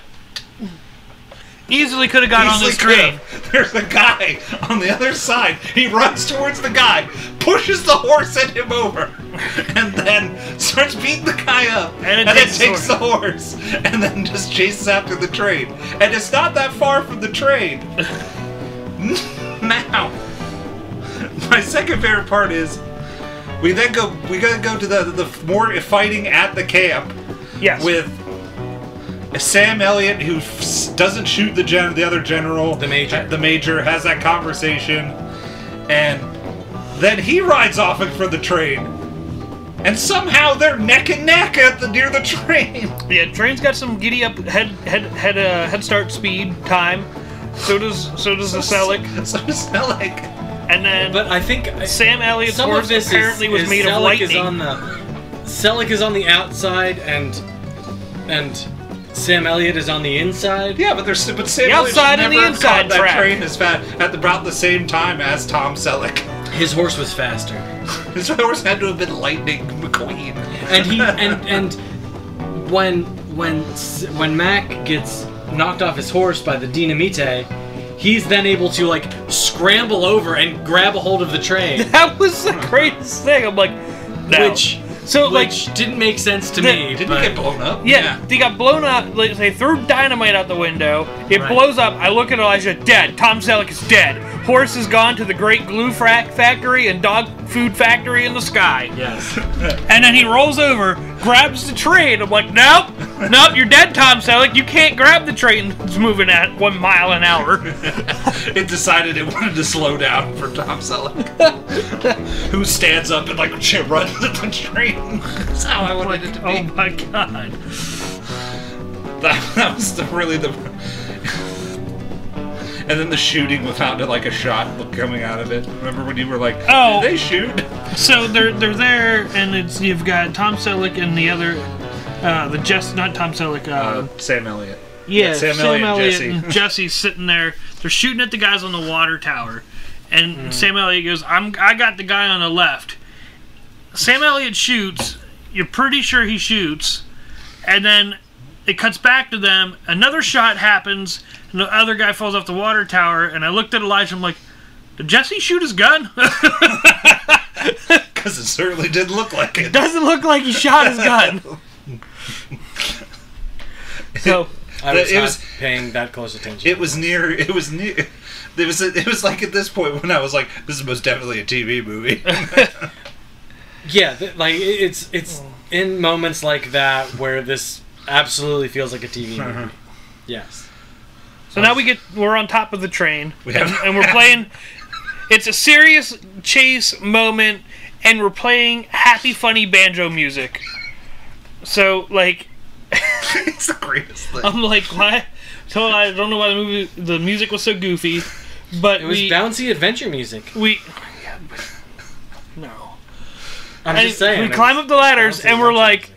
A: Easily could have got on
C: He's
A: this
C: like,
A: train.
C: There's a guy on the other side. He runs towards the guy, pushes the horse at him over, and then starts beating the guy up.
A: And it takes
C: then
A: the
C: takes the horse, and then just chases after the train. And it's not that far from the train. now, my second favorite part is we then go. We gotta go to the the more fighting at the camp
A: Yes.
C: with Sam Elliott, who f- doesn't shoot the gen- the other general,
B: The major.
C: the major has that conversation, and then he rides off in front of the train, and somehow they're neck and neck at the near the train.
A: yeah, train's got some giddy up head head head uh, head start speed time. So does so does the Selleck,
C: so Selleck.
A: and then
B: But I think
A: Sam Elliott's
B: Some
A: horse
B: of this
A: apparently
B: is,
A: was
B: is
A: made
B: Selleck
A: of
B: Is
A: lightning.
B: on the, Selleck is on the outside, and and Sam Elliott is on the inside.
C: Yeah, but there's but Sam
A: The
C: Elliott's
A: outside and the
C: never
A: inside
C: caught that
A: track.
C: train is fat at the, about the same time as Tom Selleck.
B: His horse was faster,
C: His horse had to have been Lightning McQueen.
B: and he and and when when S- when Mac gets knocked off his horse by the Dinamite, he's then able to like scramble over and grab a hold of the train.
A: that was the greatest thing. I'm like, no.
B: Hmm. Which
A: So like
B: which didn't make sense to
A: The-
B: me.
C: Didn't
B: but
C: he get blown up?
A: Yeah, they got blown up. Like they threw dynamite out the window. It
B: Right.
A: blows up. I look at Elijah, dead. Tom Selleck is dead. Horse has gone to the great glue frac factory and dog food factory in the sky.
B: Yes.
A: And then he rolls over, grabs the tree, and I'm like, nope, nope, you're dead, Tom Selleck. You can't grab the train that's moving at one mile an hour.
C: It decided it wanted to slow down for Tom Selleck, who stands up and like shit, runs at the train. That's how I wanted it to
A: oh
C: be.
A: my god.
C: That, that was the, really the. And then the shooting without like a shot coming out of it. Remember when you were like,
A: Oh.
C: "Did they shoot?"
A: So they're they're there, and it's you've got Tom Selleck and the other, uh, the Jess, not Tom Selleck, uh,
C: Uh, Sam Elliott.
A: Yeah,
C: Sam
A: Sam,
C: Elliott and
A: Elliott
C: Jesse.
A: and Jesse's sitting there. They're shooting at the guys on the water tower, and
C: Mm-hmm.
A: Sam Elliott goes, "I'm I got the guy on the left." Sam Elliott shoots. You're pretty sure he shoots, and then it cuts back to them. Another shot happens, and the other guy falls off the water tower. And I looked at Elijah. I'm like, "Did Jesse shoot his gun?"
C: Because it certainly did look like it.
A: Doesn't look like he shot his gun. so.
B: I was
C: It
B: not
C: was-
B: paying that close attention.
C: It was near. It was near. It was. It was like at this point when I was like, "This is most definitely a TV movie."
B: yeah, th- like it- it's it's in moments like that where this absolutely feels like a TV
A: Uh-huh.
B: movie. Yes.
A: So now we get we're on top of the train
C: We have-
A: and, and we're playing it's a serious chase moment and we're playing happy funny banjo music. So like
C: it's the greatest thing.
A: I'm like why so I don't know why the movie the music was so goofy but
B: It was
A: we
B: bouncy adventure music.
A: we no.
B: I'm
A: And
B: just
A: we
B: saying.
A: climb up the ladders and we're like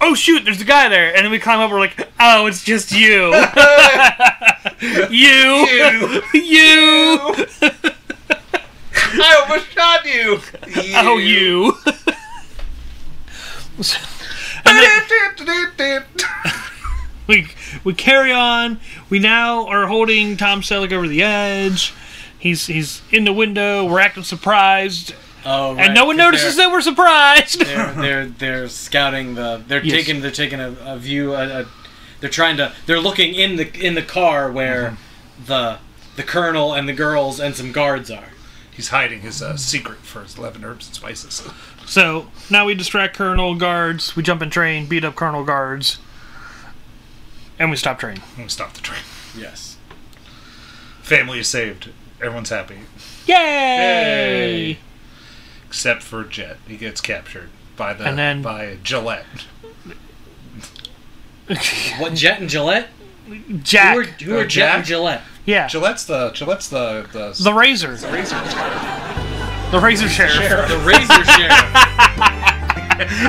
A: oh shoot, there's a guy there. And then we climb up, we're like, oh, it's just you. you.
C: You.
A: You.
C: I almost shot you.
A: Oh, you. So- and then we, we carry on. We now are holding Tom Selleck over the edge. He's he's in the window. We're acting surprised,
B: oh,
A: and no one notices that we're surprised.
B: They're, they're they're scouting the. They're
A: Yes.
B: taking they're taking a, a view. A, a, they're trying to. They're looking in the in the car where
C: Mm-hmm.
B: the the colonel and the girls and some guards are.
C: He's hiding his uh, secret for his eleven herbs and spices.
A: So now we distract Colonel guards. We jump in train, beat up Colonel guards, and we stop train.
C: I'm gonna stop the train.
B: Yes.
C: Family is saved. Everyone's happy
A: Yay!
C: Yay. except for Jet. He gets captured by the
A: And then-
C: by Gillette.
B: What Jet and Gillette?
A: Jack.
B: Who are, who are
C: Uh,
B: Jet
C: Jack?
B: and Gillette?
A: yeah.
C: Gillette's the Gillette's the the,
A: the razor.
C: razor
A: The razor sheriff.
C: sheriff.
B: The Razor Sheriff.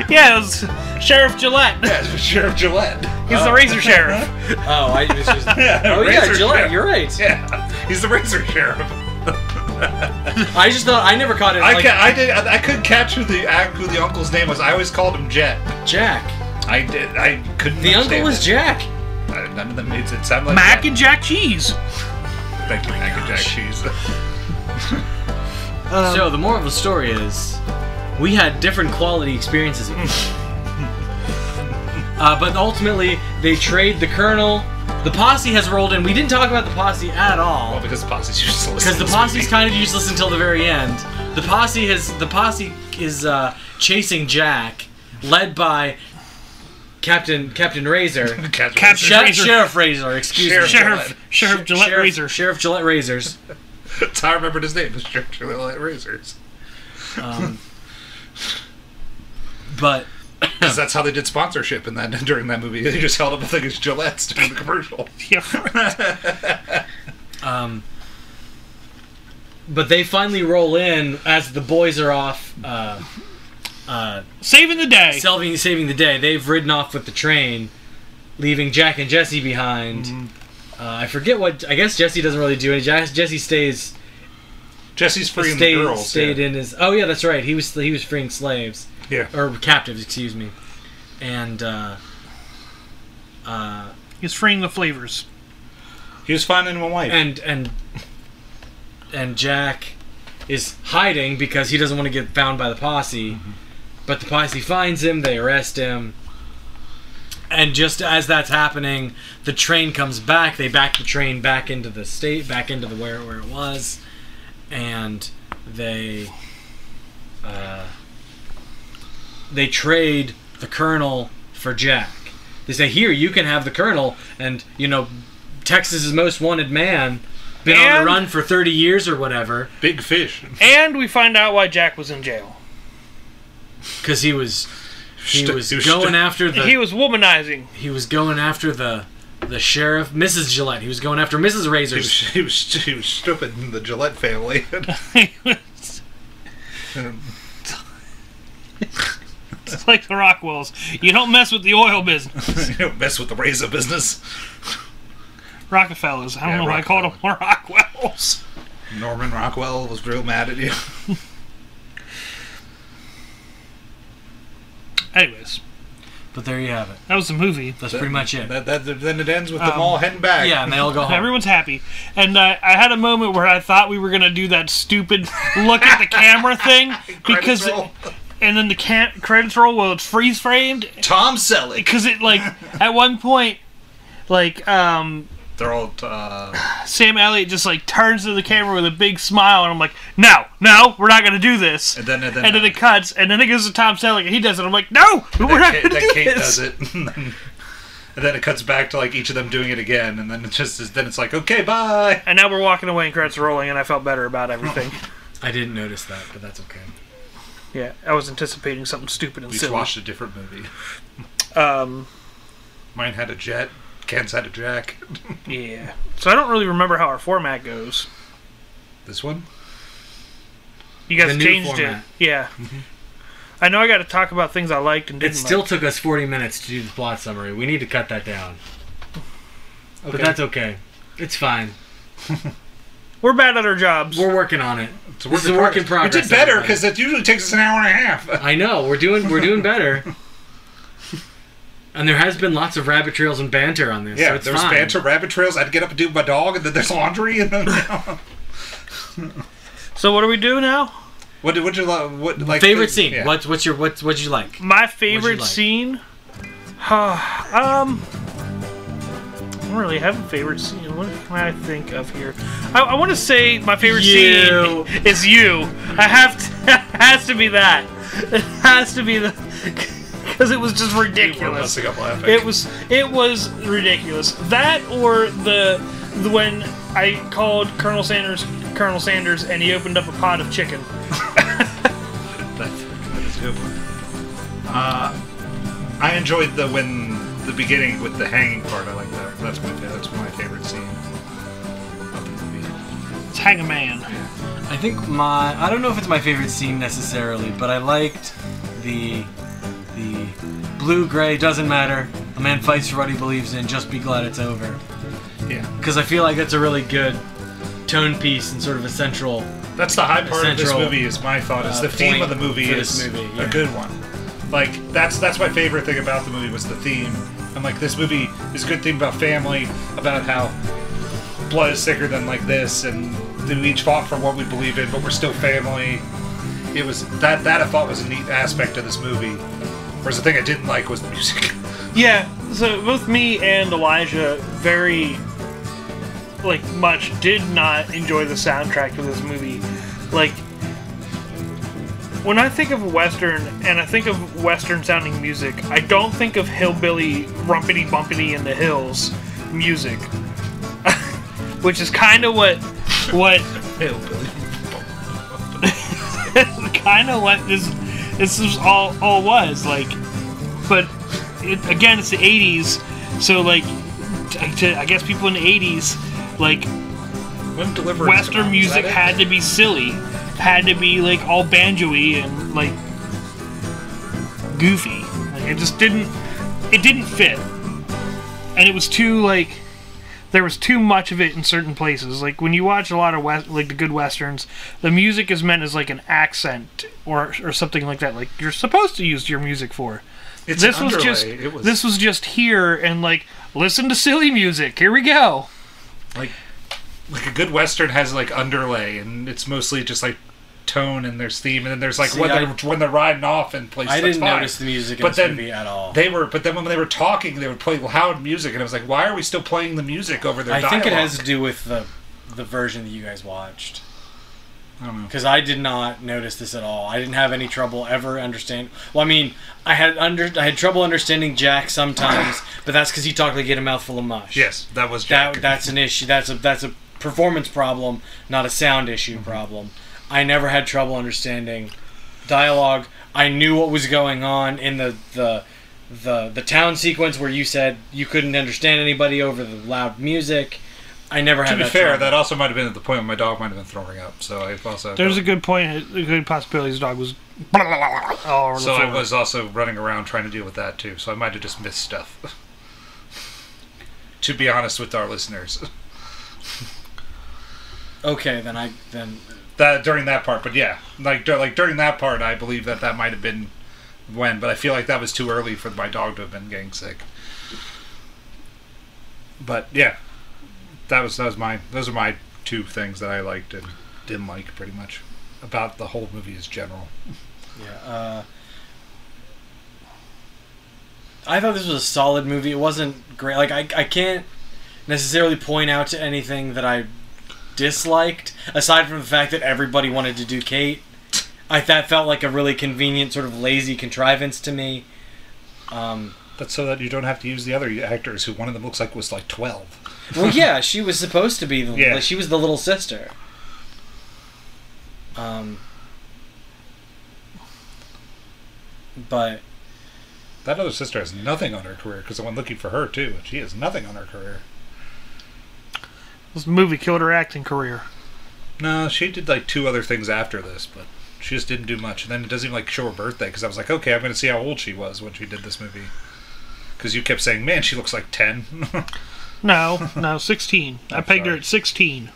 A: Yeah, it was Sheriff Gillette.
C: Yeah, Sheriff Gillette.
A: He's the razor sheriff.
B: Oh, I was just.
C: Yeah,
B: oh yeah,
C: Razor
B: Gillette.
C: Sheriff.
B: You're right.
C: Yeah, he's the razor sheriff.
B: I just thought I never caught it.
C: I
B: like,
C: ca- I did I, I couldn't capture the ac- who the uncle's name was. I always called him Jet.
B: Jack.
C: I did I couldn't.
B: The uncle
C: understand
B: was
C: it.
B: Jack.
C: I- None of them made it sound like
A: Mac
C: that.
A: and Jack Cheese.
C: Thank you,
B: Oh
C: Mac and Jack cheese.
B: so the moral of the story is, we had different quality experiences. with each other. uh, but ultimately, they trade the colonel. The posse has rolled in. We didn't talk about the posse at
C: Well,
B: all
C: oh, because the posse's useless.
B: because the posse's kind of useless until the very end. The posse has the posse is uh, chasing Jack, led by Captain Captain Razor,
C: Captain.
A: Captain-
B: Sheriff-
A: Razor.
B: Sheriff Razor. Excuse me,
C: Sheriff
A: Sheriff. Sheriff Gillette
B: Sheriff,
A: razor.
B: Sheriff Gillette Razors.
C: That's how I remembered his name. Sheriff Gillette Razors.
B: Um, but
C: Because that's how they did sponsorship in that during that movie. They just held up a thing as Gillette's during the commercial.
A: Yeah.
B: Um, but they finally roll in as the boys are off uh, uh,
A: Saving the day.
B: saving, saving the day. They've ridden off with the train, leaving Jack and Jesse behind.
C: Mm-hmm.
B: Uh, I forget what. I guess Jesse doesn't really do any. Jack, Jesse stays.
C: Jesse's freeing
B: stayed,
C: the girls.
B: stayed
C: yeah.
B: in his. Oh yeah, that's right. He was he was freeing slaves
C: Yeah.
B: or captives. Excuse me. And uh, uh,
A: He's freeing the flavors.
C: He was finding him a wife.
B: and and and Jack is hiding because he doesn't want to get found by the posse. But the posse finds him, they arrest him. And just as that's happening, the train comes back. They back the train back into the state, back into the where where it was, and they uh, they trade the colonel for Jack. They say, "Here, you can have the colonel," and you know, Texas's most wanted man, been on the
A: And-
B: run for thirty years or whatever,
C: Big fish.
A: And we find out why Jack was in jail.
B: because he was he
C: Stu-
B: was
C: he was
B: going
C: stu-
B: after the
A: he was womanizing.
B: he was going after the the sheriff, Mrs. Gillette. He was going after Mrs.
C: He was,
B: Razors.
C: he, was, he was stupid in the Gillette family.
A: He was- it's like the Rockwells. You don't mess with the oil business.
C: you don't mess with the razor business.
A: Rockefellers. I don't
C: Yeah,
A: know why I called them Rockwells.
C: Norman Rockwell was real mad at you.
A: Anyways,
B: But there you have it.
A: that was the movie.
B: That's pretty much it.
C: That, that, then it ends with them
A: Um,
C: all heading back.
B: yeah, and they all go home.
A: Everyone's happy. And uh, I had a moment where I thought we were going to do that stupid look at the camera thing. because,
C: Credits roll.
A: And then the ca- credits roll, well, it's freeze framed.
C: Tom Selleck.
A: Because it, like, at one point, like, um,
C: They're all. Uh,
A: Sam Elliott just like turns to the camera with a big smile, and I'm like, no, no, we're not gonna do this.
C: and then, and then, uh,
A: And then it cuts, and then it goes to Tom Selleck, and he does it. I'm like, no, we're
C: that
A: not
C: Kate,
A: gonna
C: that
A: do
C: Kate
A: this.
C: does it. and then- and then it cuts back to like each of them doing it again, and then it just is, then it's like okay, bye.
A: And now we're walking away, and credits are rolling, and I felt better about everything.
B: I didn't notice that, but that's okay.
A: yeah, I was anticipating something stupid and
C: We just
A: silly.
C: watched a different movie.
A: Um,
C: Mine had a jet. Ken's had a jack.
A: yeah. So I don't really remember how our format goes.
C: This one.
A: You guys
B: The new
A: changed
B: format.
A: it. Yeah. I know I got to talk about things I liked and
B: It
A: didn't.
B: still
A: like.
B: took us 40 minutes to do the plot summary. We need to cut that down.
C: Okay.
B: But that's okay. It's fine.
A: We're bad at our jobs.
B: We're working on it.
C: It's a
B: This is a work in progress,
C: We did better
B: everybody.
C: because it usually takes us an hour and a half.
B: I know. We're doing we're doing better. And there has been lots of rabbit trails and banter on this. so
C: Yeah,
B: it's
C: there was
B: fine.
C: banter, rabbit trails. I had to get up and do my dog, and then there's laundry, and then
A: so what do we do now?
C: what did what you lo- what like
B: Favorite
C: the-
B: scene.
C: yeah.
B: What's what's your what's what'd you like?
A: My favorite
B: like?
A: scene. um, I don't really have a favorite scene. What can I think of here? I, I want to say my favorite
B: You.
A: scene is you. I have to. it has to be that. It has to be the. Because it was just
C: We're
A: ridiculous.
C: busting up laughing.
A: It was it was ridiculous. That or the, the when I called Colonel Sanders Colonel Sanders and he opened up a pot of chicken.
C: That- that is a good one. Uh, I enjoyed the when the beginning with the hanging part. I like that. That's my that's my favorite scene. of the movie.
A: It's hang a man.
B: I think my I don't know if it's my favorite scene necessarily, but I liked the the blue gray doesn't matter. A man fights for what he believes in. Just be glad it's over.
C: Yeah,
B: Because I feel like that's a really good tone piece and sort of a central.
C: that's the high part of this
B: Central,
C: movie. Is my thought is
B: uh,
C: the theme
B: point
C: of the movie
B: for
C: is
B: this movie, yeah.
C: a good one. Like that's that's my favorite thing about the movie was the theme. And like this movie is a good theme about family, about how blood is thicker than like this, and we each fought for what we believe in, but we're still family. It was that that I thought was a neat aspect of this movie. Whereas the thing I didn't like was the music.
A: Yeah, so both me and Elijah very like much did not enjoy the soundtrack of this movie. Like when I think of western and I think of western sounding music, I don't think of hillbilly rumpity bumpity in the hills music. Which is kind of what what kind of what this this is all all was like but it, again it's the 80s so like t- to, i guess people in the 80s like
C: When delivery
A: western music had to be silly had to be like all banjoy and like goofy like, it just didn't it didn't fit and it was too like there was too much of it in certain places like when you watch a lot of west like the good westerns the music is meant as like an accent or or something like that like you're supposed to use your music for
C: It's
A: this
C: an
A: was
C: underlay.
A: just
C: it was
A: this was just here and like listen to silly music here we go
C: like like a good western has like underlay, and it's mostly just like tone and there's theme, and then there's like
B: See,
C: when
B: I-
C: they're when they're riding off and plays.
B: I
C: that's
B: didn't
C: fine.
B: notice the music in
C: But
B: this
C: then
B: movie at all.
C: They were, but then when they were talking, they would play loud music, and I was like, why are we still playing the music over their
B: I think it
C: dialogue?
B: has to do with the the version that you guys watched.
C: I don't know.
B: because I did not notice this at all. I didn't have any trouble ever understand. Well, I mean, I had under I had trouble understanding Jack sometimes, but that's because he talked like he had a mouthful of mush.
C: Yes, that was Jack.
B: that that's an issue. That's a that's a performance problem, not a sound issue
C: Mm-hmm.
B: problem. I never had trouble understanding dialogue. I knew what was going on in the the the the town sequence where you said you couldn't understand anybody over the loud music. I never had
C: to be
B: that
C: fair,
B: trouble.
C: that also might have been at the point when my dog might have been throwing up. So I also
A: There's a good point. A good possibility his dog was all over
C: so
A: the
C: I
A: floor.
C: was also running around trying to deal with that too. So I might have just missed stuff. to be honest with our listeners,
B: okay, then I then
C: that during that part, but yeah, like dur- like during that part, I believe that that might have been when, but I feel like that was too early for my dog to have been getting sick. But yeah, that was that was my those are my two things that I liked and didn't like pretty much about the whole movie is general.
B: Yeah. Uh, I thought this was a solid movie. It wasn't great. Like I, I can't necessarily point out to anything that I disliked aside from the fact that everybody wanted to do Kate. I that felt like a really convenient sort of lazy contrivance to me. Um,
C: That's so that you don't have to use the other actors who one of them looks like was like twelve.
B: well, yeah, she was supposed to be the
C: Yeah.
B: she was the little sister. Um, but
C: That other sister has nothing on her career because I went looking for her too, and she has nothing on her career.
A: this movie killed her acting career.
C: No, she did like two other things after this, but she just didn't do much. And then it doesn't even like show her birthday because I was like, okay, I'm going to see how old she was when she did this movie. Because you kept saying, man, she looks like 10.
A: No, no, 16. I
C: I'm
A: pegged her
C: sorry.
A: at 16.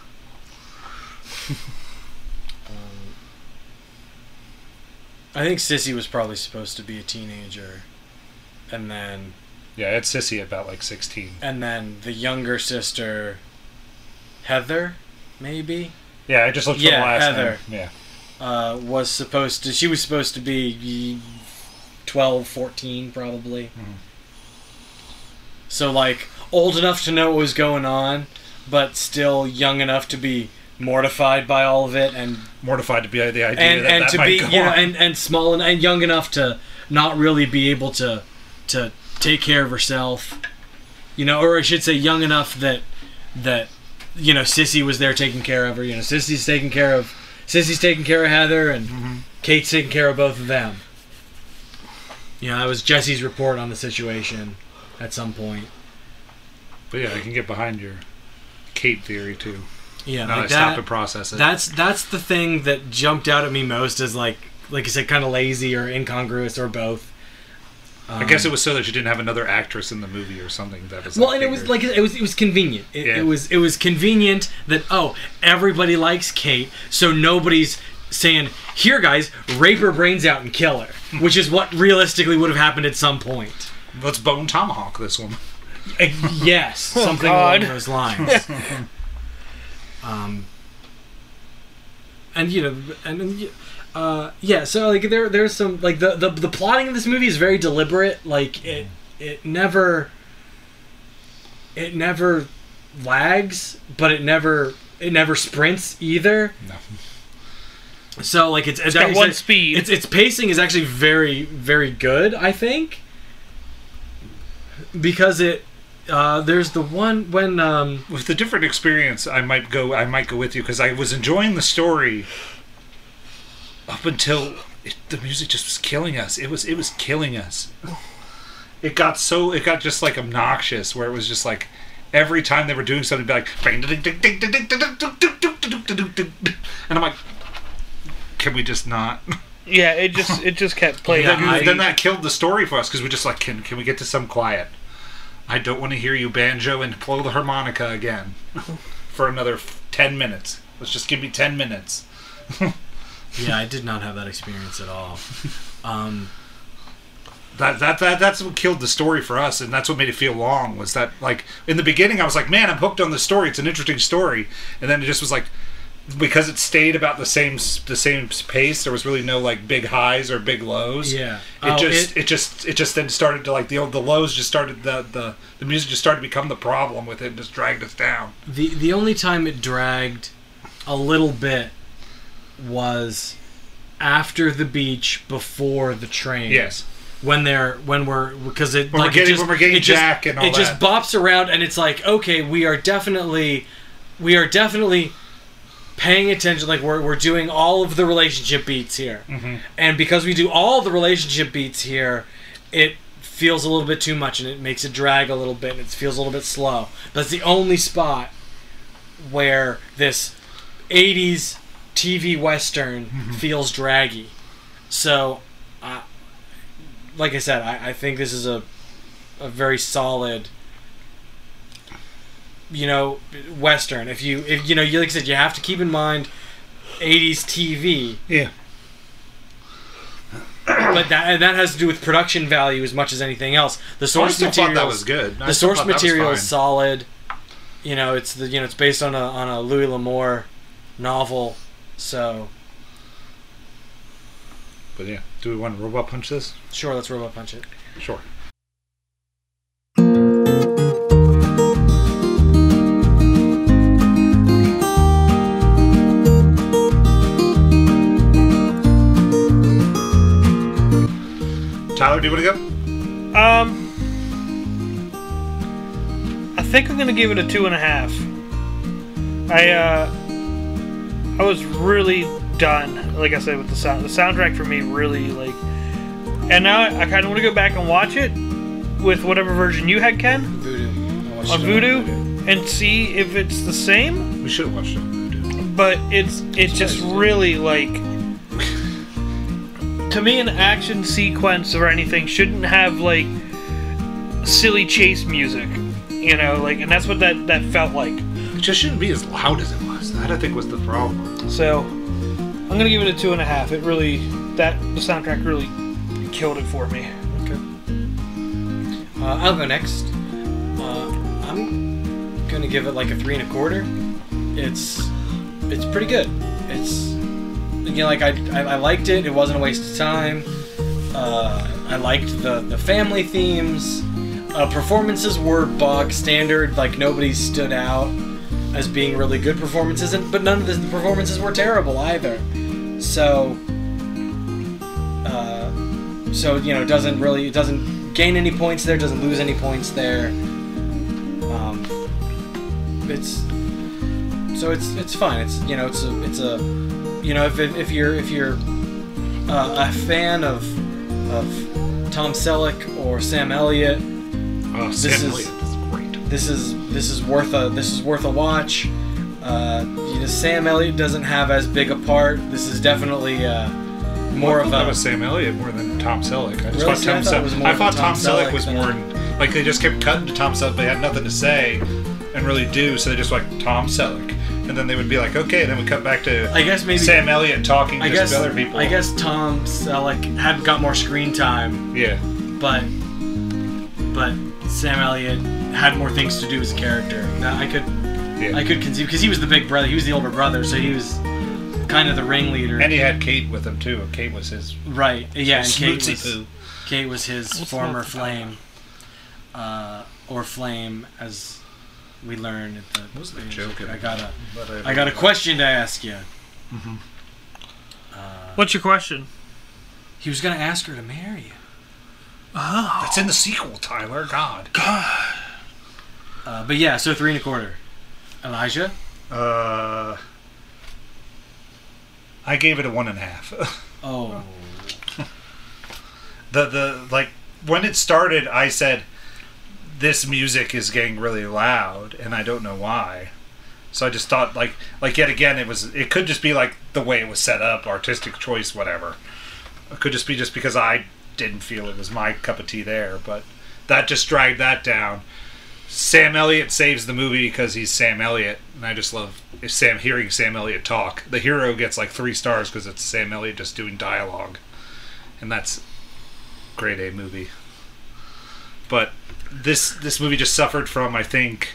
B: I think Sissy was probably supposed to be a teenager, and then
C: yeah, it's Sissy about like 16.
B: and then the younger sister, Heather, maybe
C: Yeah, I just looked for
B: Yeah,
C: the last
B: Heather.
C: name. Yeah.
B: uh, was supposed to. She was supposed to be 12, 14 probably. So like old enough to know what was going on, but still young enough to be mortified by all of it and
C: Mortified to be uh, the idea
B: and
C: that
B: and
C: that
B: to
C: might
B: be
C: go
B: you know,
C: on.
B: and and small and, and young enough to not really be able to to take care of herself you know or i should say young enough that that you know sissy was there taking care of her you know sissy's taking care of sissy's taking care of heather and
C: Mm-hmm.
B: kate's taking care of both of them you know that was jesse's report on the situation at some point
C: But yeah, I can get behind your Kate theory too.
B: yeah
C: Now that I
B: like
C: stop
B: that,
C: and process it.
B: that's that's the thing that jumped out at me most is like like i said kind of lazy or incongruous or both
C: I guess it was so that you didn't have another actress in the movie or something that was.
B: Well,
C: like,
B: and it was
C: bigger.
B: like it was it was convenient. It,
C: Yeah.
B: it was it was convenient that oh everybody likes Kate, so nobody's saying here guys rape her brains out and kill her, which is what realistically would have happened at some point.
C: let's bone tomahawk this woman.
B: Uh, yes, something along
A: Oh, God.
B: those lines. um, and you know, and then you- uh, yeah. So like there, there's some like the, the the plotting of this movie is very deliberate. Like it, it never, it never lags, but it never it never sprints either.
C: No.
B: So like it's it's
A: got
B: actually-
A: one speed.
B: Its its pacing is actually very very good. I think because it uh, there's the one when um,
C: with the different experience, I might go. I might go with you because I was enjoying the story up until it, the music just was killing us. It was it was killing us. It got so it got just like obnoxious where it was just like every time they were doing something, it'd be like, and I'm like, can we just not?
A: Yeah, it just it just kept playing.
B: Yeah, I-
C: then that killed the story for us because we just like, can can we get to some quiet? I don't want to hear you banjo and blow the harmonica again for another f- ten minutes. Let's just give me ten minutes.
B: yeah I did not have that experience at all. Um,
C: That, that that that's what killed the story for us, and that's what made it feel long. Was that like in the beginning? I was like, man, I'm hooked on the story. It's an interesting story, and then it just was like, because it stayed about the same s- the same s- pace. There was really no like big highs or big lows.
B: Yeah.
C: it
B: Oh,
C: just
B: it-
C: it, just it just then started to like the old, the lows just started the, the the music just started to become the problem with it and just dragged us down.
B: The the only time it dragged a little bit was after the beach before the train.
C: Yes,
B: When they're when we're because it
C: When we're
B: like
C: getting-
B: it just,
C: when we're getting
B: it just-
C: Jack and all
B: it just
C: that.
B: bops around and it's like okay we are definitely we are definitely paying attention like we're, we're doing all of the relationship beats here
C: Mm-hmm.
B: and because we do all the relationship beats here it feels a little bit too much and it makes it drag a little bit and it feels a little bit slow but it's the only spot where this 80s tv western feels draggy so I like i said I, I think this is a, a very solid you know western if you if you know you like I said you have to keep in mind 80s TV
C: yeah.
B: but that and that has to do with production value as much as anything else the
C: So Oh, I
B: source
C: still thought that
B: material
C: was good. I
B: the
C: still
B: source
C: thought that was
B: material
C: fine.
B: is solid you know it's the you know it's based on a on a Louis L'Amour novel so
C: But yeah, do we want to robot punch this?
B: sure let's robot punch it
C: Sure. Tyler, do you want to go?
A: Um, I think I'm gonna give it a two and a half. I uh, I was really done. Like I said, with the sound, the soundtrack for me really like. And now I, kind of want to go back and watch it with whatever version you had, Ken,
B: voodoo Oh, I watched
A: on
B: it
A: Voodoo, and see if it's the same.
C: We should have watched it.
A: But it's it's just really like. To me, an action sequence or anything shouldn't have like silly chase music, you know, like, and that's what that that felt like.
C: It just shouldn't be as loud as it was. That I think was the problem.
A: So I'm gonna give it a two and a half. It really that the soundtrack really killed it for me.
B: Okay. Uh, I'll go next. Uh, I'm gonna give it like a three and a quarter. It's it's pretty good. It's you know like I, I, I liked it. It wasn't a waste of time. Uh, I liked the the family themes. Uh, performances were bog standard. Like nobody stood out as being really good performances, and, but none of the performances were terrible either. So. Uh, so you know it doesn't really it doesn't gain any points there doesn't lose any points there um, it's so it's it's fine it's you know it's a it's a you know if, if, if you're if you're uh, a fan of of Tom Selleck or Sam Elliott
C: Oh, this
B: is-
C: is great.
B: this is this is worth a this is worth a watch. Uh, you know, Sam Elliott doesn't have as big a part. This is definitely uh, more
C: I
B: of
C: thought
B: a
C: that was Sam Elliott more than Tom Selleck. I just
B: Really?
C: thought
B: See, I
C: Tom
B: thought it was
C: Selleck.
B: more
C: I thought
B: than
C: Tom,
B: Tom
C: Selleck
B: Selleck
C: was
B: than-
C: more in, like they just kept cutting to Tom Selleck, but they had nothing to say, and really do. So they just like Tom Selleck, and then they would be like, okay, and then we cut back to
B: I guess maybe
C: Sam Elliott talking
B: I
C: just
B: guess
C: to other people.
B: I guess Tom Selleck had got more screen time,
C: yeah.
B: but but Sam Elliott had more things to do as a character. Now I could
C: Yeah.
B: I could conceive because he was the big brother, he was the older brother, so he was kind of the ringleader.
C: and he had Kate with him too. Kate was his
B: right? Yeah, and Kate
C: Smootsy
B: was,
C: poo.
B: Kate was his
A: What's
B: former
A: that?
B: flame, uh, or flame as we learn at the. What
C: was the joke in
B: I
C: it?
B: got a
C: But uh,
B: I got a question to ask you.
A: What's your question?
B: He was gonna ask her to marry you.
C: That's in the sequel, Tyler. God.
B: Uh, but yeah, so three and a quarter. Elijah.
C: Uh, I gave it a one and a half.
B: Oh.
C: the the like when it started i said this music is getting really loud and i don't know why so i just thought like like yet again it was it could just be like the way it was set up artistic choice whatever it could just be just because i didn't feel it was my cup of tea there but that just dragged that down sam elliott saves the movie because he's sam elliott and i just love if sam hearing sam elliott talk the hero gets like three stars because it's sam elliott just doing dialogue and that's grade A movie. But this this movie just suffered from I think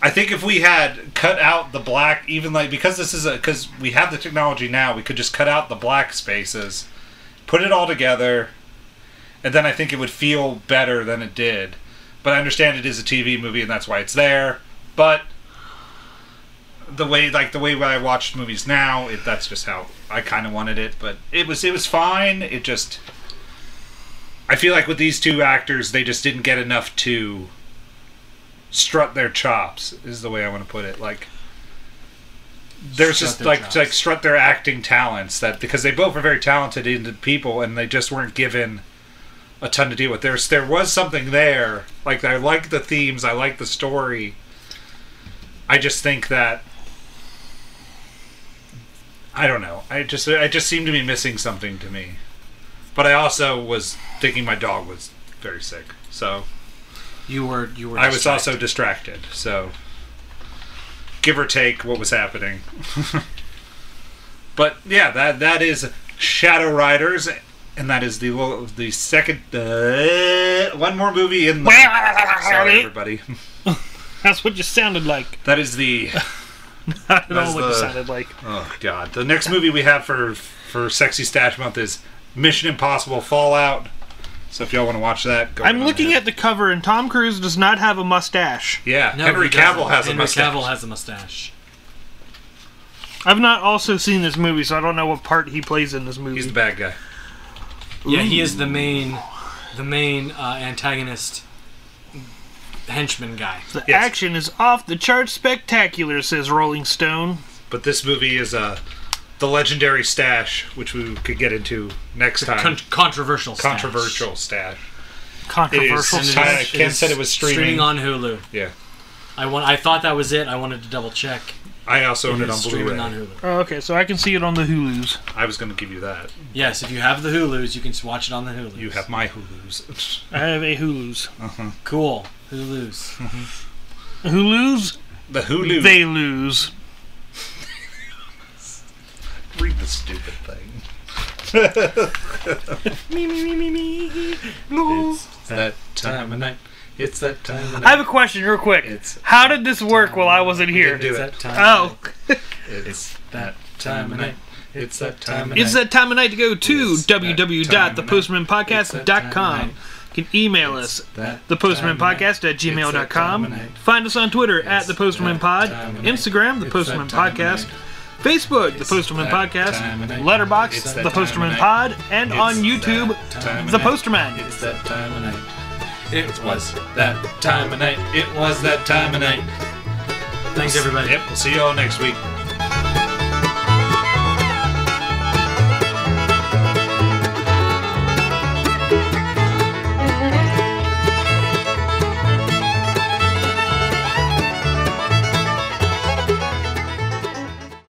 C: I think if we had cut out the black, even like because this is a because we have the technology now, we could just cut out the black spaces, put it all together, and then I think it would feel better than it did. But I understand it is a TV movie, and that's why it's there. But the way like the way I watch movies now, it, that's just how I kind of wanted it. But it was it was fine. It just I feel like with these two actors, they just didn't get enough to strut their chops is the way I want to put it. Like there's
B: Strut
C: just
B: their
C: like
B: chops.
C: like strut their acting talents that because they both are very talented into people and they just weren't given a ton to deal with. There's there was something there. Like I like the themes, I like the story. I just think that I don't know. I just I just seemed to be missing something to me. But I also was thinking my dog was very sick. So
B: You were you were.
C: I was
B: distracted.
C: also distracted, so give or take what was happening. but yeah, that that is Shadow Riders, and that is the lo- the second uh, one more movie in the. Sorry, everybody.
A: That's what you sounded like.
C: That is the
A: Not at
C: That's
A: all what you
C: the-
A: sounded like.
C: oh god. The next movie we have for for Sexy Stash Month is Mission Impossible Fallout. So if y'all want to watch that, go
A: I'm
C: right
A: looking
C: ahead.
A: at the cover, and Tom Cruise does not have a mustache.
C: yeah.
B: No,
C: Henry
B: he doesn't.
C: Cavill has
B: Henry
C: a mustache.
B: Cavill has a mustache.
A: I've not also seen this movie, so I don't know what part he plays in this movie.
C: He's the bad guy.
B: Yeah, he is the main, the main uh, antagonist, henchman guy.
A: The
C: Yes.
A: action is off the charts spectacular, says Rolling Stone.
C: But this movie is uh, the legendary stash, which we could get into next time.
B: Con- controversial. stash.
C: Controversial stash.
A: Controversial.
C: It
B: And
C: is-
A: stuff.
C: Uh, Ken said it was streaming.
B: on Hulu.
C: Yeah,
B: I want. I thought that was it. I wanted to double check.
C: I also
B: It
C: own it
B: is
C: on
B: streaming
C: Blu-ray.
B: on Hulu.
A: Oh, okay, so I can see it on the Hulu's.
C: I was going to give you that.
B: Yes, if you have the Hulu's, you can just watch it on the Hulu.
C: You have my Hulu's.
A: I have a Hulu's.
B: cool Hulu's.
A: Hulu's,
C: The Hulu.
A: they lose.
C: read the stupid thing. It's that time of night. It's that time of
A: I
C: night.
A: have a question, real quick.
C: It's
A: How did this work while I wasn't here?
C: didn't do
B: It's
C: it.
B: that time.
A: Oh,
B: of night.
C: It's
B: that time of night.
C: It's that time of
A: it's that time of night to go to
C: It's that time of
A: www.thepostmanpodcast.com.
C: night.
A: You can email us
C: that
A: thepostermanpodcast at
C: that time of
A: gmail.com.
C: night.
A: Find us on Twitter at the Postman
C: that
A: Pod,
C: time of night.
A: Instagram, the
C: It's
A: Postman
C: that time of
A: Podcast,
C: night.
A: Facebook, the Postman
C: that time of
A: Podcast,
C: night.
A: Letterbox,
C: It's
A: the
C: that time of
A: Postman
C: night.
A: Pod, and on
C: It's that
A: YouTube,
C: time of
A: the
C: night.
A: Posterman.
C: It's that time of night.
B: It was.
C: That time of night. It was that time of night.
B: Thanks everybody.
C: Yep. We'll see you all next week.